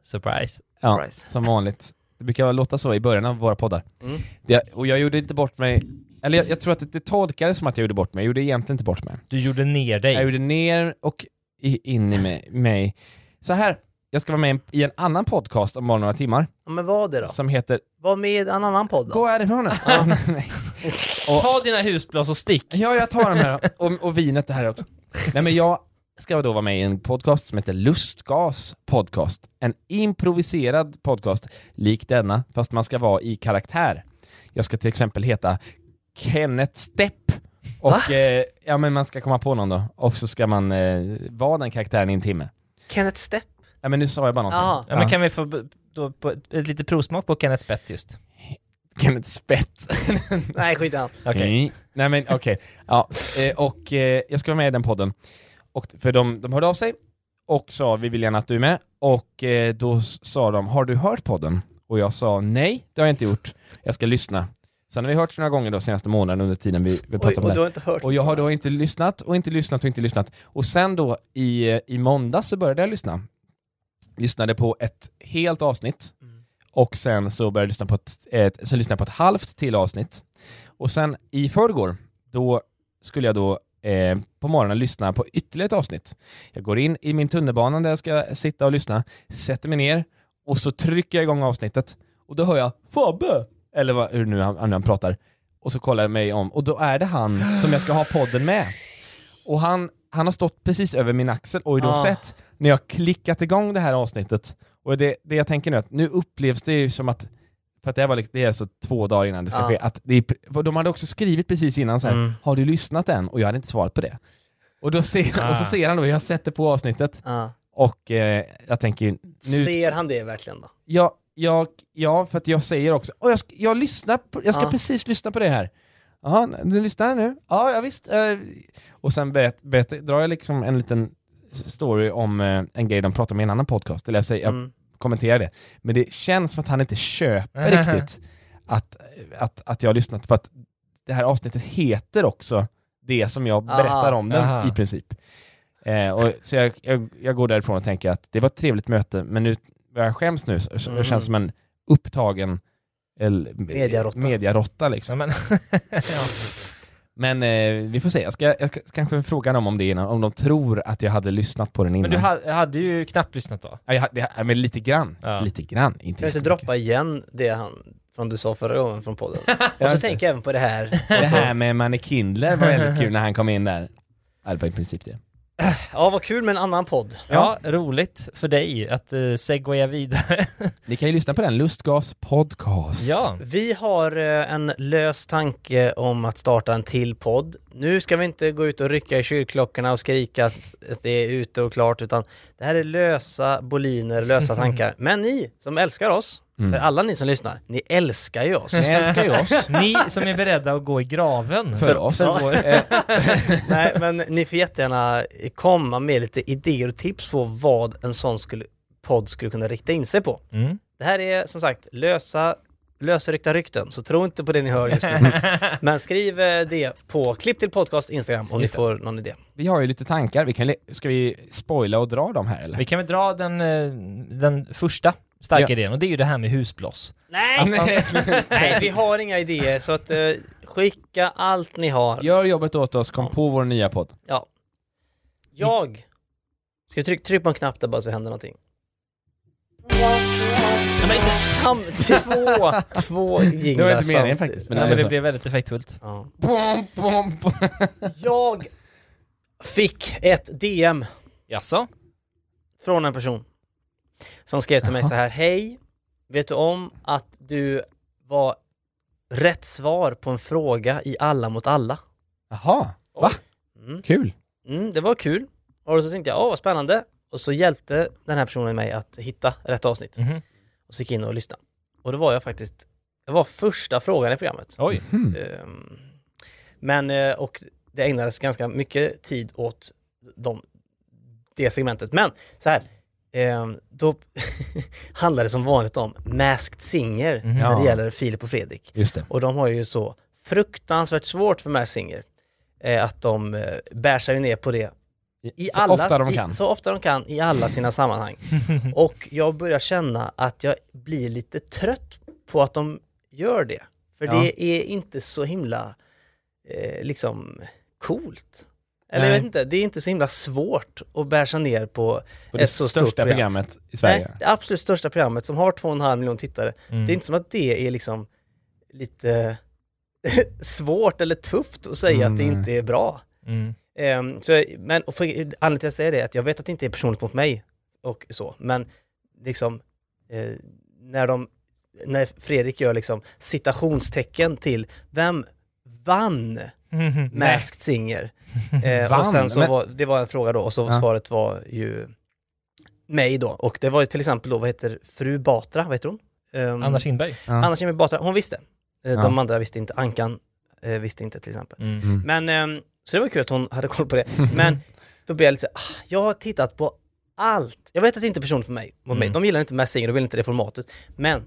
Speaker 4: Surprise.
Speaker 2: Ja,
Speaker 3: Surprise.
Speaker 2: som vanligt. Det brukar låta så i början av våra poddar.
Speaker 3: Mm.
Speaker 2: Det, och jag gjorde inte bort mig, eller jag, jag tror att det, det tolkades som att jag gjorde bort mig, jag gjorde egentligen inte bort mig.
Speaker 4: Du gjorde ner
Speaker 2: Jag
Speaker 4: dig.
Speaker 2: gjorde ner och i, in i mig, mig. Så här, jag ska vara med i en- i en annan podcast om bara några timmar,
Speaker 3: Ja, men vad det då?
Speaker 2: som heter
Speaker 3: Var med i en annan podd då.
Speaker 2: Gå härifrån nu! Nej.
Speaker 4: Ta dina husblås och stick.
Speaker 2: Ja, jag tar den här då. och, och vinet det här också. Nej men jag ska då vara med i en podcast som heter Lustgas podcast. En improviserad podcast lik denna, fast man ska vara i karaktär. Jag ska till exempel heta Kenneth Stepp. Och eh, ja, men man ska komma på någon då, och så ska man eh, vara den karaktären i en timme.
Speaker 3: Kenneth Stepp.
Speaker 2: Ja, men nu sa jag bara någonting.
Speaker 3: Jaha.
Speaker 4: Ja, men kan vi få b- då, på ett, ett litet provsmak på Kenneth Spett just?
Speaker 2: Kenneth Spett.
Speaker 3: Nej, skit i han.
Speaker 4: Okej.
Speaker 2: Mm. Nej men okej. Ja, eh, och eh, jag ska vara med i den podden. Och, för de, de hörde av sig och sa vi vill gärna att du är med. Och eh, då s- sa de, har du hört podden? Och jag sa nej, det har jag inte gjort. Jag ska lyssna. Sen har vi hört några gånger då senaste månaden under tiden vi, vi
Speaker 3: Oj,
Speaker 2: pratade om
Speaker 3: och
Speaker 2: det.
Speaker 3: du har inte hört.
Speaker 2: Och jag har då inte lyssnat och inte lyssnat och inte lyssnat. Och sen då i, i måndags så började jag lyssna. Lyssnade på ett helt avsnitt. Och sen så började jag lyssna på ett, ett, så lyssnade jag på ett halvt till avsnitt. Och sen i förrgår, då skulle jag då eh, på morgonen lyssna på ytterligare ett avsnitt. Jag går in i min tunnelbana där jag ska sitta och lyssna, sätter mig ner och så trycker jag igång avsnittet. Och då hör jag Fabbe! Eller vad, hur nu han, han, han pratar och så kollar jag mig om och då är det han som jag ska ha podden med. Och han, han har stått precis över min axel och då
Speaker 3: Ah.
Speaker 2: sett när jag klickat igång det här avsnittet. Och det, det jag tänker nu är att nu upplevs det ju som att, för att det, här var liksom, det är alltså två dagar innan det ska
Speaker 3: Ah.
Speaker 2: ske, att det, är p- för de hade också skrivit precis innan så här,
Speaker 3: Mm.
Speaker 2: har du lyssnat än? Och jag hade inte svarat på det. Och, då ser, och så
Speaker 4: Ah.
Speaker 2: ser han då, jag sätter på avsnittet
Speaker 3: Ja.
Speaker 2: och eh, jag tänker ju, nu
Speaker 3: Ser han det verkligen då?
Speaker 2: Ja, jag, ja för att jag säger också, "Åh, jag, ska, jag, lyssnar på, jag ska
Speaker 3: Ja.
Speaker 2: precis lyssna på det här. Jaha, du lyssnar nu? Ja, ja visst. eh." Och sen berätt, berätt, drar jag liksom en liten story om eh, en grej de pratade om i en annan podcast, eller jag, säger, jag
Speaker 3: Mm.
Speaker 2: kommenterar det. Men det känns som att han inte köper riktigt att, att, att jag har lyssnat, för att det här avsnittet heter också det som jag
Speaker 3: Aha.
Speaker 2: berättar om den
Speaker 4: Aha.
Speaker 2: i princip. Eh, och, så jag, jag, jag går därifrån och tänker att det var ett trevligt möte, men nu jag skäms nu, så, så jag
Speaker 3: Mm.
Speaker 2: känns som en upptagen el-
Speaker 3: Mediaråtta.
Speaker 2: mediaråtta liksom.
Speaker 4: Ja, men,
Speaker 2: Men eh, vi får se, jag ska, jag ska kanske fråga dem om det innan, om de tror att jag hade lyssnat på den innan.
Speaker 4: men du ha- hade ju knappt lyssnat då.
Speaker 2: Ja, jag, hade- ja, men lite grann,
Speaker 4: Ja.
Speaker 2: lite grann. Inte
Speaker 3: Kan du inte
Speaker 2: jättemycket.
Speaker 3: droppa igen det han, från du sa förra gången från podden? Och så tänker jag även på det här. Och
Speaker 2: Det
Speaker 3: så,
Speaker 2: här med Manne Kindler var väldigt kul när han kom in där. Ja, det var i princip det.
Speaker 3: ja, vad kul med en annan podd.
Speaker 4: Ja, roligt för dig att uh, segwaya vidare.
Speaker 2: Ni kan ju lyssna på den, Lustgas podcast.
Speaker 4: ja.
Speaker 3: Vi har eh, en lös tanke om att starta en till podd. Nu ska vi inte gå ut och rycka i kyrkklockorna och skrika att, att det är ute och klart, utan det här är lösa boliner, lösa tankar. Men ni som älskar oss, för alla ni som lyssnar, ni älskar ju oss.
Speaker 2: Ni älskar ju oss.
Speaker 4: Ni som är beredda att gå i graven.
Speaker 2: För oss. Eh,
Speaker 3: Nej, men ni får jättegärna komma med lite idéer och tips på vad en sån skulle, podd skulle kunna rikta in sig på.
Speaker 4: Mm.
Speaker 3: Det här är som sagt lösa, lösryckta rykten, så tro inte på det ni hör just nu. Men skriv eh, det på klipp till podcast Instagram om ni
Speaker 2: Just det.
Speaker 3: får någon idé.
Speaker 2: vi har ju lite tankar, vi kan, le- ska vi spoila och dra dem här eller?
Speaker 4: Vi kan väl dra den, eh, den första starka
Speaker 2: Ja.
Speaker 4: idén och det är ju det här med husblås.
Speaker 3: Nej! Nej, vi har inga idéer, så att eh, skicka allt ni har.
Speaker 2: Gör jobbet åt oss, kom på vår nya podd.
Speaker 3: Ja. Jag... Ska vi trycka tryck på en knapp där bara så händer någonting? Nej, men inte samtidigt! Två, två jinglar
Speaker 2: inte meningen
Speaker 3: samtidigt.
Speaker 2: faktiskt, men
Speaker 4: Nej,
Speaker 2: det
Speaker 4: men
Speaker 2: är
Speaker 4: det
Speaker 2: så.
Speaker 4: blev väldigt effektfullt.
Speaker 3: Ja.
Speaker 2: Bom, bom, bom.
Speaker 3: Jag fick ett DM
Speaker 4: Jaså?
Speaker 3: från en person som skrev till mig så här, hej, vet du om att du var rätt svar på en fråga i Alla mot alla?
Speaker 2: Jaha, va?
Speaker 3: Mm.
Speaker 2: Kul.
Speaker 3: Mm, det var kul. Och så tänkte jag, åh vad spännande. Och så hjälpte den här personen mig att hitta rätt avsnitt.
Speaker 4: Mhm.
Speaker 3: Och så gick jag in och lyssnade. Och då var jag faktiskt, det var första frågan i programmet.
Speaker 4: Oj.
Speaker 2: Hmm.
Speaker 3: Ehm, Men, eh, och det ägnades ganska mycket tid åt de, det segmentet. Men så här, ehm, då handlar det som vanligt om Masked Singer
Speaker 4: Mm,
Speaker 3: när
Speaker 2: Ja.
Speaker 3: det gäller Filip och Fredrik.
Speaker 2: Just det.
Speaker 3: Och de har ju så fruktansvärt svårt för Masked Singer eh, att de eh, bär sig ner på det i
Speaker 2: så
Speaker 3: alla,
Speaker 2: ofta de
Speaker 3: i,
Speaker 2: kan.
Speaker 3: Så ofta de kan i alla sina sammanhang. Och jag börjar känna att jag blir lite trött på att de gör det. För
Speaker 2: Ja.
Speaker 3: det är inte så himla eh, liksom coolt. Eller jag
Speaker 2: Nej.
Speaker 3: vet inte, det är inte så himla svårt att bära sig ner på
Speaker 2: Och det
Speaker 3: ett så
Speaker 2: största
Speaker 3: stort program.
Speaker 2: programmet i Sverige. Mm.
Speaker 3: Nej, det absolut största programmet som har 2,5 miljoner tittare.
Speaker 4: Mhm.
Speaker 3: Det är inte som att det är liksom lite svårt eller tufft att säga
Speaker 2: Mm,
Speaker 3: att det
Speaker 2: nej.
Speaker 3: inte är bra.
Speaker 4: Mm.
Speaker 3: Ehm, så, men och för, anledningen till att jag säger det är att jag vet att det inte är personligt mot mig och så, men liksom eh, när de, när Fredrik gör liksom citationstecken till vem vann
Speaker 4: Mhm.
Speaker 3: Masked Singer? Eh, och
Speaker 2: Vann?
Speaker 3: sen så
Speaker 2: Men-
Speaker 3: var, det var en fråga då och så
Speaker 2: Ja.
Speaker 3: svaret var ju mig då. Och det var ju till exempel då, vad heter fru Batra, vad heter hon? Um,
Speaker 4: Anna Kinberg.
Speaker 2: Ja.
Speaker 3: Anna Kinberg Batra, hon visste. Eh,
Speaker 2: Ja.
Speaker 3: De andra visste inte, Ankan eh, visste inte till exempel.
Speaker 2: Mm.
Speaker 3: Men, ehm, så det var kul att hon hade koll på det. Men då blev jag lite så här, ah, jag har tittat på allt. Jag vet att det inte är personligt på mig, mot mig.
Speaker 4: Mm.
Speaker 3: De gillar inte Masked Singer, de vill inte det formatet. Men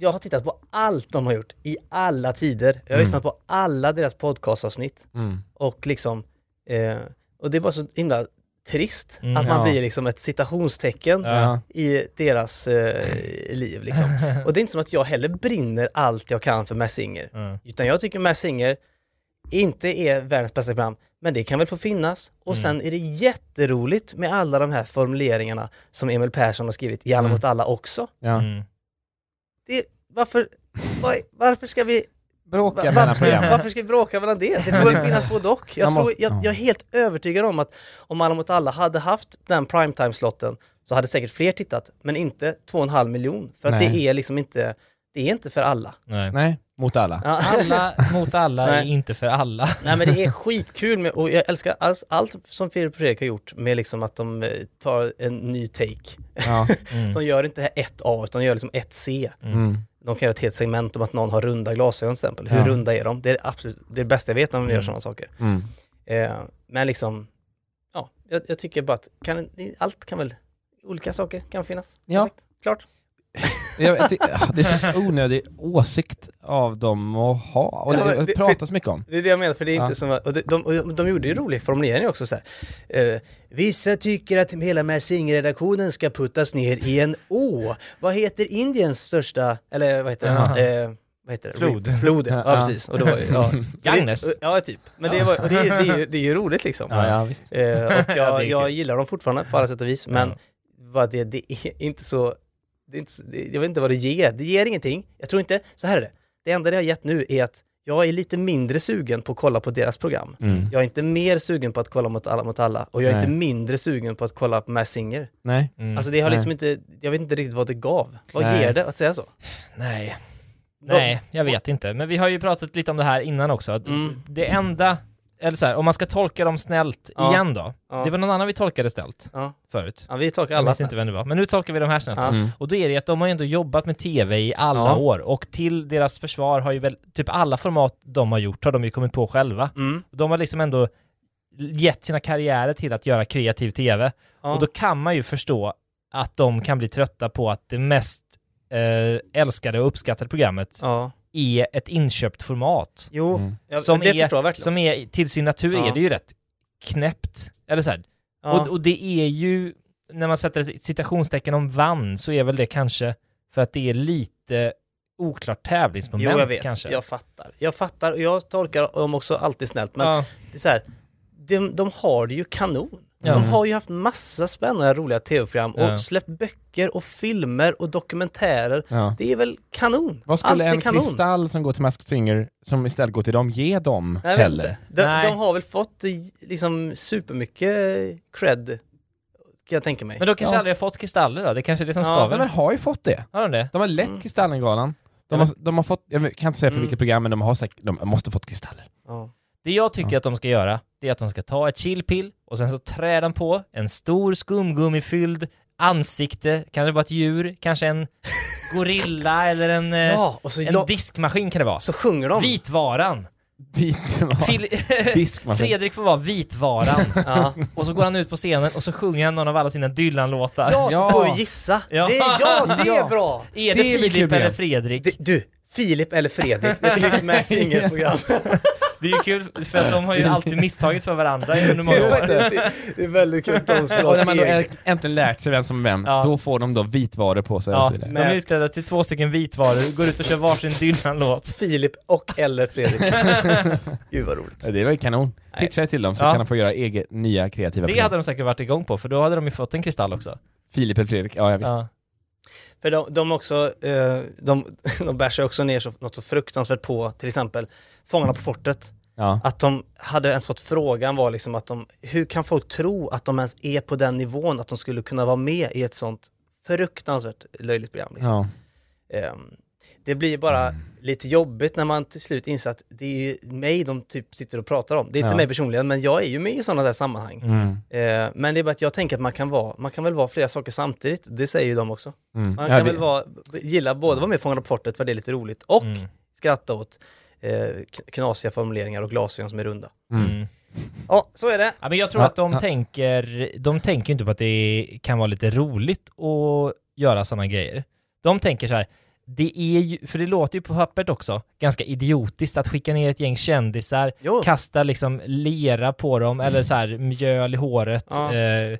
Speaker 3: jag har tittat på allt de har gjort i alla tider. Jag har
Speaker 2: Mm.
Speaker 3: lyssnat på alla deras podcastavsnitt
Speaker 2: Mm.
Speaker 3: och liksom, eh, och det är bara så himla trist
Speaker 4: Mm,
Speaker 3: att man
Speaker 2: ja.
Speaker 3: blir liksom ett citationstecken
Speaker 2: Ja.
Speaker 3: i deras eh, liv liksom. Och det är inte som att jag heller brinner allt jag kan för Masked Singer.
Speaker 4: Mm.
Speaker 3: Utan jag tycker Masked Singer inte är världens bästa program, men det kan väl få finnas. Och sen är det jätteroligt med alla de här formuleringarna som Emil Persson har skrivit i Alla
Speaker 2: Mm.
Speaker 3: mot alla också.
Speaker 2: Ja.
Speaker 4: Mm.
Speaker 3: Det, varför, var, varför ska vi Va-
Speaker 2: Bråka mellan
Speaker 3: Varför,
Speaker 2: programmen.
Speaker 3: varför ska vi bråka mellan det? Det kommer finnas både och. Jag,
Speaker 2: Man
Speaker 3: tror,
Speaker 2: måste-
Speaker 3: jag, jag är helt övertygad om att om Alla mot alla hade haft den primetime-slotten så hade säkert fler tittat, men inte 2,5 miljon. För att
Speaker 2: Nej.
Speaker 3: det är liksom inte, det är inte för alla.
Speaker 4: Nej.
Speaker 2: Nej, mot alla.
Speaker 3: Ja.
Speaker 4: Alla mot alla är
Speaker 3: Nej.
Speaker 4: inte för alla.
Speaker 3: Nej men det är skitkul med, och jag älskar alls, allt som Filip och Fredrik har gjort med liksom att de eh, tar en ny take.
Speaker 2: Ja.
Speaker 4: Mm.
Speaker 3: De gör inte det här 1A, utan de gör liksom 1C.
Speaker 2: Mm.
Speaker 3: De kan göra ett helt segment om att någon har runda glasögon till exempel. Hur
Speaker 2: Ja.
Speaker 3: runda är de? Det är det absolut, det, är det bästa jag vet när man gör
Speaker 4: Mm.
Speaker 3: sådana saker.
Speaker 2: Mm.
Speaker 3: Eh, men liksom, ja, jag, jag tycker bara att kan, allt kan väl, olika saker kan finnas.
Speaker 2: Ja.
Speaker 3: Perfekt. Klart.
Speaker 2: Jag vet, det- ah, det är så onödig åsikt av dem att ha. Och
Speaker 3: Ja,
Speaker 2: det,
Speaker 3: men det-
Speaker 2: pratas mycket om.
Speaker 3: Det är det jag menar, för det är
Speaker 2: Ja.
Speaker 3: inte som att- och de, de, och de gjorde ju rolig formulering också så här. Eh, vissa tycker att hela Messing-redaktionen ska puttas ner i en å. Vad heter Indiens största, eller vad heter
Speaker 2: Jaha.
Speaker 3: det? Eh, vad heter det?
Speaker 4: Flod.
Speaker 3: Flod, ja,
Speaker 2: Ja.
Speaker 3: precis. Och det var ju, ja.
Speaker 4: Mm. Ganges.
Speaker 3: Så det- Ja, typ. Men det, var, och det, är- det, är ju- det är ju roligt liksom.
Speaker 2: ja, visst.
Speaker 3: Eh, och
Speaker 4: Ja,
Speaker 3: jag,
Speaker 4: det är
Speaker 3: jag
Speaker 4: kul.
Speaker 3: gillar dem fortfarande på alla sätt och vis, men bara det, det är inte så... Det är inte, så- det, jag vet inte vad det ger. Det ger ingenting. Jag tror inte... Så här är det. Det enda det har gett nu är att jag är lite mindre sugen på att kolla på deras program.
Speaker 2: Mm.
Speaker 3: Jag är inte mer sugen på att kolla mot alla mot alla och jag är
Speaker 2: Nej.
Speaker 3: inte mindre sugen på att kolla på Mass Singer.
Speaker 2: Nej.
Speaker 4: Mm.
Speaker 3: Alltså det har
Speaker 2: Nej.
Speaker 3: liksom inte, jag vet inte riktigt vad det gav. Vad
Speaker 2: Nej.
Speaker 3: ger det att säga så?
Speaker 4: nej. Nej, jag vet inte. Men vi har ju pratat lite om det här innan också. Att
Speaker 3: Mm.
Speaker 4: Det enda, eller så här, om man ska tolka dem snällt
Speaker 3: Ja.
Speaker 4: igen då.
Speaker 3: Ja.
Speaker 4: Det var någon annan vi tolkade snällt
Speaker 3: Ja.
Speaker 4: förut.
Speaker 3: Ja, vi tolkar
Speaker 4: Jag
Speaker 3: alla
Speaker 4: minns inte vem det var. Men nu tolkar vi de här snällt.
Speaker 3: Ja.
Speaker 2: Mm.
Speaker 4: Och då är det att de har ju ändå jobbat med TV i alla
Speaker 3: Ja.
Speaker 4: år. Och till deras försvar har ju väl, typ alla format de har gjort har de ju kommit på själva.
Speaker 3: Mm.
Speaker 4: De har liksom ändå gett sina karriärer till att göra kreativ TV.
Speaker 3: Ja.
Speaker 4: Och då kan man ju förstå att de kan bli trötta på att det mest eh, älskade och uppskattade programmet
Speaker 3: ja.
Speaker 4: är ett inköpt format.
Speaker 3: Jo,
Speaker 2: Mm.
Speaker 3: jag,
Speaker 4: Som
Speaker 3: det
Speaker 4: är-
Speaker 3: förstår jag verkligen.
Speaker 4: Som är, till sin natur
Speaker 3: Ja.
Speaker 4: är det ju rätt knäppt. Eller så här.
Speaker 3: ja.
Speaker 4: Och, och det är ju, när man sätter citationstecken om vann så är väl det kanske för att det är lite oklart tävlingsmoment
Speaker 3: Jo, jag vet.
Speaker 4: kanske.
Speaker 3: Jag fattar. Jag fattar och jag tolkar dem också alltid snällt. Men
Speaker 4: ja.
Speaker 3: det är så här, de, de har det ju kanon.
Speaker 4: Ja.
Speaker 3: De har ju haft massa spännande, roliga tv-program och
Speaker 4: Ja.
Speaker 3: släppt böcker och filmer och dokumentärer.
Speaker 2: Ja.
Speaker 3: Det är väl kanon?
Speaker 2: Vad skulle
Speaker 3: Allt är
Speaker 2: en kristall som går till Masked Singer, som istället går till dem, ge dem
Speaker 3: Jag vet
Speaker 2: heller?
Speaker 3: inte. De,
Speaker 4: Nej.
Speaker 3: de har väl fått eh, liksom supermycket cred, kan jag tänka mig.
Speaker 4: Men de kanske
Speaker 2: Ja.
Speaker 4: aldrig har fått kristaller då? Det kanske är det som
Speaker 3: Ja,
Speaker 4: skaver?
Speaker 2: Ja, men har ju fått det.
Speaker 4: Har de det?
Speaker 2: De har lett
Speaker 3: Mm.
Speaker 2: Kristallengalan. De
Speaker 4: Ja,
Speaker 2: har, de har fått, jag kan inte säga för
Speaker 3: Mm.
Speaker 2: vilket program, men de har säkert, de måste ha fått kristaller.
Speaker 3: Ja.
Speaker 4: Det jag tycker
Speaker 2: Ja.
Speaker 4: att de ska göra, det är att de ska ta ett chillpill och sen så trär de på en stor skumgummifylld ansikte, kanske det var ett djur, kanske en gorilla eller en, eh,
Speaker 3: ja, och så,
Speaker 4: en
Speaker 3: ja,
Speaker 4: diskmaskin kan det vara.
Speaker 3: så sjunger de.
Speaker 4: Vitvaran!
Speaker 2: Bit var-
Speaker 4: Fil-
Speaker 2: diskmaskin.
Speaker 4: Fredrik får vara vitvaran
Speaker 3: Ja.
Speaker 4: och så går han ut på scenen och så sjunger han någon av alla sina Dylan-låtar.
Speaker 3: ja, så
Speaker 2: Ja.
Speaker 3: får vi gissa.
Speaker 4: Ja.
Speaker 3: Det är, ja, det
Speaker 2: Ja.
Speaker 3: är bra!
Speaker 4: Är
Speaker 2: det
Speaker 4: det,
Speaker 2: blir kul igen.
Speaker 4: Filip eller Fredrik?
Speaker 3: Det,
Speaker 4: Det,
Speaker 3: du, Filip eller Fredrik, det är ett nytt Mass Singer-program.
Speaker 4: är ju kul för att de har ju alltid misstagits för varandra under många
Speaker 3: Just
Speaker 4: år.
Speaker 3: det. Det, det är väldigt kul att de ska
Speaker 2: Och
Speaker 3: ha
Speaker 2: när man
Speaker 3: ett
Speaker 2: då
Speaker 3: eget.
Speaker 2: änt- äntligen lärt sig vem som är vem,
Speaker 4: Ja.
Speaker 2: då får de då vitvaror på sig och
Speaker 4: Ja,
Speaker 2: så vidare.
Speaker 4: de är utklädda till två stycken vitvaror, går ut och kör varsin Dylan-låt.
Speaker 3: Filip och eller Fredrik. Gud vad roligt.
Speaker 2: Ja, Det var ju kanon. Pitcha det till dem så
Speaker 4: Ja.
Speaker 2: kan de få göra eget, nya kreativa
Speaker 4: Det
Speaker 2: program.
Speaker 4: hade de säkert varit igång på, för då hade de ju fått en kristall också.
Speaker 2: Filip eller Fredrik, ja, ja visst.
Speaker 4: Ja.
Speaker 3: För de, de också, eh, de, de bär sig också ner så, något så fruktansvärt på till exempel Fångarna på fortet.
Speaker 2: Ja.
Speaker 3: Att de hade ens fått frågan var liksom att de, hur kan folk tro att de ens är på den nivån att de skulle kunna vara med i ett sånt fruktansvärt löjligt program? Liksom.
Speaker 2: Ja. Mm.
Speaker 3: Eh, Det blir bara lite jobbigt när man till slut inser att det är ju mig de typ sitter och pratar om. Det är inte
Speaker 2: Ja.
Speaker 3: mig personligen, men jag är ju med i sådana där sammanhang.
Speaker 2: Mm.
Speaker 3: Eh, men det är bara att jag tänker att man kan, vara, man kan väl vara flera saker samtidigt. Det säger ju de också.
Speaker 2: Mm.
Speaker 3: Man
Speaker 2: Ja,
Speaker 3: kan
Speaker 2: det-
Speaker 3: väl vara, gilla både att vara med i Fångarna på fortet för det är lite roligt och
Speaker 4: Mm.
Speaker 3: skratta åt eh, knasiga formuleringar och glasögon som är runda.
Speaker 2: Mm.
Speaker 3: Ja, så är det.
Speaker 4: Ja, men jag tror
Speaker 2: Ja,
Speaker 4: att de
Speaker 2: ja.
Speaker 4: tänker, de tänker ju inte på att det kan vara lite roligt att göra sådana grejer. De tänker så här, det är ju, för det låter ju på pappret också, ganska idiotiskt att skicka ner ett gäng kändisar,
Speaker 2: Oh.
Speaker 3: Jo.
Speaker 4: kasta liksom lera på dem eller så här mjöl i håret,
Speaker 3: Ja.
Speaker 4: eh,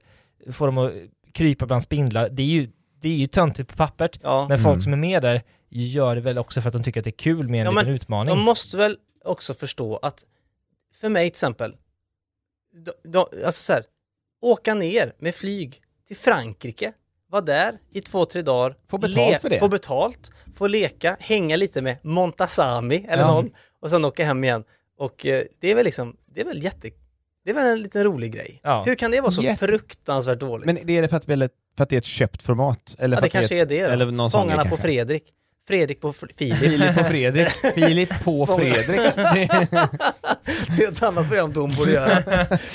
Speaker 4: få dem att krypa bland spindlar. Det är ju, det är ju töntigt på pappret,
Speaker 3: Ja.
Speaker 4: men folk
Speaker 2: Mm.
Speaker 4: som är med där gör det väl också för att de tycker att det är kul med en
Speaker 3: Ja,
Speaker 4: liten
Speaker 3: men
Speaker 4: utmaning.
Speaker 3: De måste väl också förstå att, för mig till exempel, de, de, alltså så här, åka ner med flyg till Frankrike, vara där i två, tre dagar,
Speaker 2: Få betalt
Speaker 3: le-
Speaker 2: för det.
Speaker 3: få betalt, få leka, hänga lite med Montazami eller
Speaker 2: Ja.
Speaker 3: någon och sen åka hem igen. Och eh, det är väl liksom, det är väl jätte, det är väl en liten rolig grej.
Speaker 4: Ja.
Speaker 3: Hur kan det vara så
Speaker 2: Jätte-
Speaker 3: fruktansvärt dåligt?
Speaker 2: Men det är det för att, vi är- för att det är ett köpt format? Eller
Speaker 3: ja,
Speaker 2: för
Speaker 3: det
Speaker 2: att
Speaker 3: kanske är det då.
Speaker 2: eller någon sån
Speaker 3: Fångarna
Speaker 2: grej
Speaker 3: på
Speaker 2: kanske.
Speaker 3: Fredrik, Fredrik på Fr- Filip,
Speaker 2: Filip på Fredrik. Filip på
Speaker 3: Fångar.
Speaker 2: Fredrik.
Speaker 3: det är ett annat program de borde göra.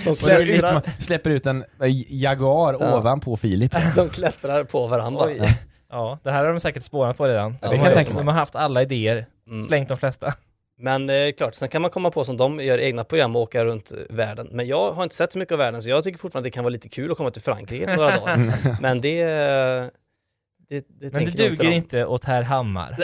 Speaker 3: De
Speaker 2: Och då är det lite
Speaker 3: klättrar,
Speaker 2: man släpper ut en eh, Jaguar
Speaker 3: Ja.
Speaker 2: ovanpå Filip.
Speaker 3: de klättrar på varandra.
Speaker 4: Oj. Ja, det här har de säkert spårat på redan.
Speaker 3: Ja,
Speaker 2: det
Speaker 4: de,
Speaker 2: kan jag
Speaker 4: har,
Speaker 2: tänka mig.
Speaker 4: de har haft alla idéer,
Speaker 3: Mm.
Speaker 4: slängt de flesta.
Speaker 3: Men eh, klart, sen kan man komma på som de gör egna program och åka runt eh, världen. Men jag har inte sett så mycket av världen så jag tycker fortfarande att det kan vara lite kul att komma till Frankrike några dagar. Men det... eh, Det, det
Speaker 4: Men det
Speaker 3: tänker nog
Speaker 4: duger
Speaker 3: de.
Speaker 4: inte åt herr Hammar.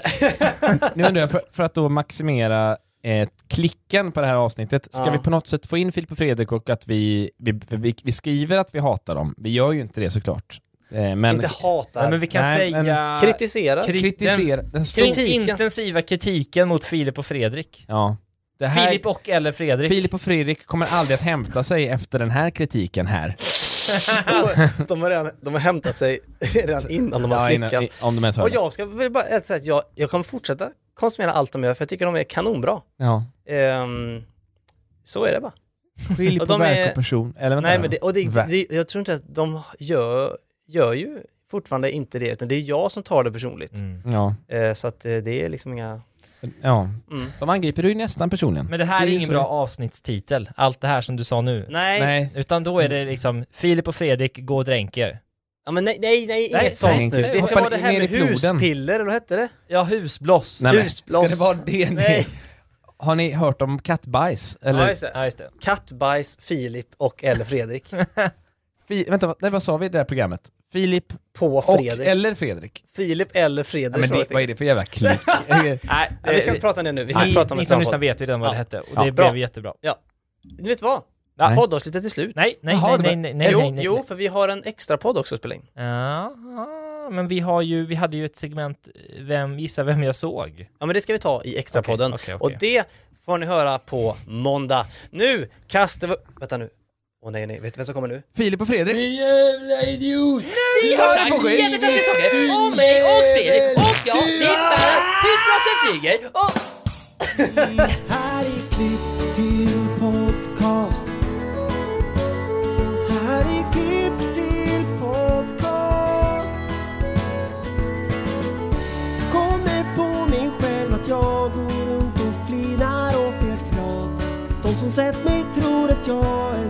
Speaker 2: Nu undrar jag, för, för att då maximera eh, klicken på det här avsnittet, ska
Speaker 3: Ja.
Speaker 2: vi på något sätt få in Filip och Fredrik och att vi, vi, vi, vi skriver att vi hatar dem? Vi gör ju inte det såklart. Eh, men
Speaker 3: Inte
Speaker 4: Nej,
Speaker 3: hatar,
Speaker 4: men vi kan
Speaker 2: Nej, men-
Speaker 4: säga...
Speaker 3: kritiserar.
Speaker 4: Kri-
Speaker 2: kritisera... Den stor,
Speaker 4: Den
Speaker 3: Kritiken.
Speaker 4: intensiva kritiken mot Filip och Fredrik.
Speaker 2: ja. det här,
Speaker 4: Filip och eller Fredrik.
Speaker 2: Filip och Fredrik kommer aldrig att hämta sig efter den här kritiken här.
Speaker 3: De- de, har redan, de har hämtat sig redan innan de har
Speaker 2: Ja,
Speaker 3: klickat.
Speaker 2: innan- i- om de ens hör
Speaker 3: och
Speaker 2: det.
Speaker 3: jag ska väl bara helt säga att jag, jag kommer fortsätta konsumera allt de gör för jag tycker de är kanonbra.
Speaker 2: Ja.
Speaker 3: Ehm, så är det bara.
Speaker 2: Skilj
Speaker 3: Och
Speaker 2: på
Speaker 3: de
Speaker 2: verk
Speaker 3: är-
Speaker 2: och person. Eller vänta,
Speaker 3: Nej, men det, och det,
Speaker 2: Verk.
Speaker 3: det, jag tror inte att de gör, gör ju fortfarande inte det, utan det är jag som tar det personligt.
Speaker 4: Mm.
Speaker 2: Ja.
Speaker 3: Eh, så att eh, det är liksom inga...
Speaker 2: ja.
Speaker 3: Mm.
Speaker 2: De angriper du ju nästan personligen.
Speaker 4: Men det här
Speaker 2: Det är
Speaker 4: är,
Speaker 2: ju
Speaker 4: ingen
Speaker 2: så-
Speaker 4: bra avsnittstitel, allt det här som du sa nu.
Speaker 3: Nej,
Speaker 2: Nej.
Speaker 4: Utan då är det liksom Filip och Fredrik, gå och dränker.
Speaker 3: Ja, men nej, nej, nej,
Speaker 4: Nej,
Speaker 3: inget sånt
Speaker 2: nej,
Speaker 3: nu. Det ska
Speaker 2: hoppa
Speaker 3: vara det här
Speaker 2: ner i
Speaker 3: med
Speaker 2: floden.
Speaker 3: huspiller, eller vad hette det?
Speaker 4: Ja, husbloss.
Speaker 2: Nej, men, ska
Speaker 3: Husblås.
Speaker 2: det vara det ni...
Speaker 3: Nej.
Speaker 2: Har ni hört om kattbajs? Eller,
Speaker 3: Ja, just det.
Speaker 4: Ja, just det.
Speaker 3: Kattbajs, Filip och eller Fredrik.
Speaker 2: fi, vänta, vad- nej, vad sa vi i det här programmet? Filip
Speaker 3: På
Speaker 2: och
Speaker 3: Fredrik.
Speaker 2: eller Fredrik?
Speaker 3: Filip eller Fredrik.
Speaker 2: Nej, men
Speaker 3: så
Speaker 2: det,
Speaker 3: heter
Speaker 2: vad är det för jävla klick?
Speaker 4: Nej,
Speaker 3: Nej, vi ska inte prata om det nu. Vi ska
Speaker 4: ni,
Speaker 3: inte prata om
Speaker 4: ni
Speaker 3: ett
Speaker 4: som
Speaker 3: samtal.
Speaker 4: lyssnar vet ju redan vad
Speaker 3: Ja.
Speaker 4: det hette, och
Speaker 2: Ja,
Speaker 4: det
Speaker 3: bra.
Speaker 4: blev jättebra.
Speaker 3: Du vet vad?
Speaker 2: Nej.
Speaker 3: Poddavslutet är slut.
Speaker 4: Nej, nej,
Speaker 2: Jaha, det var-
Speaker 4: nej, nej, nej,
Speaker 3: jo,
Speaker 4: nej, nej.
Speaker 3: jo, för vi har en extra podd också att spela in.
Speaker 4: Ja, men vi har ju, vi hade ju ett segment, eh, vem, gissa vem jag såg?
Speaker 3: Ja, men det ska vi ta i extra podden.
Speaker 4: Okej, okej, okej.
Speaker 3: Och det får ni höra på måndag. Nu kastar vi... Vänta nu. Åh nej, nej, vet du vem som kommer nu?
Speaker 2: Filip och Fredrik?
Speaker 6: Jävla idiot!
Speaker 10: Vi hörs här på jävligt taskiga saker om mig och Fredrik och jag viftar, husblåsten flyger och...
Speaker 6: Kommer på mig själv att jag går runt och flinar åt ert prat. De som sett mig tror att jag är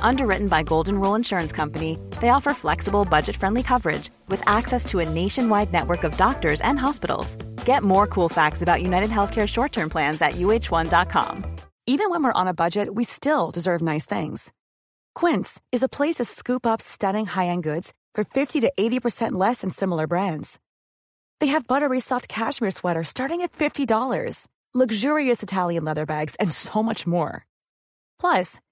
Speaker 9: Underwritten by Golden Rule Insurance Company, they offer flexible, budget friendly coverage with access to a nationwide network of doctors and hospitals. Get more cool facts about United Healthcare short term plans at uh1.com.
Speaker 10: Even when we're on a budget, we still deserve nice things.
Speaker 9: Quince is a place to scoop up stunning high-end goods for 50 to 80% less than similar brands. They have buttery soft cashmere sweaters starting at $50, luxurious Italian leather bags, and so much more. Plus,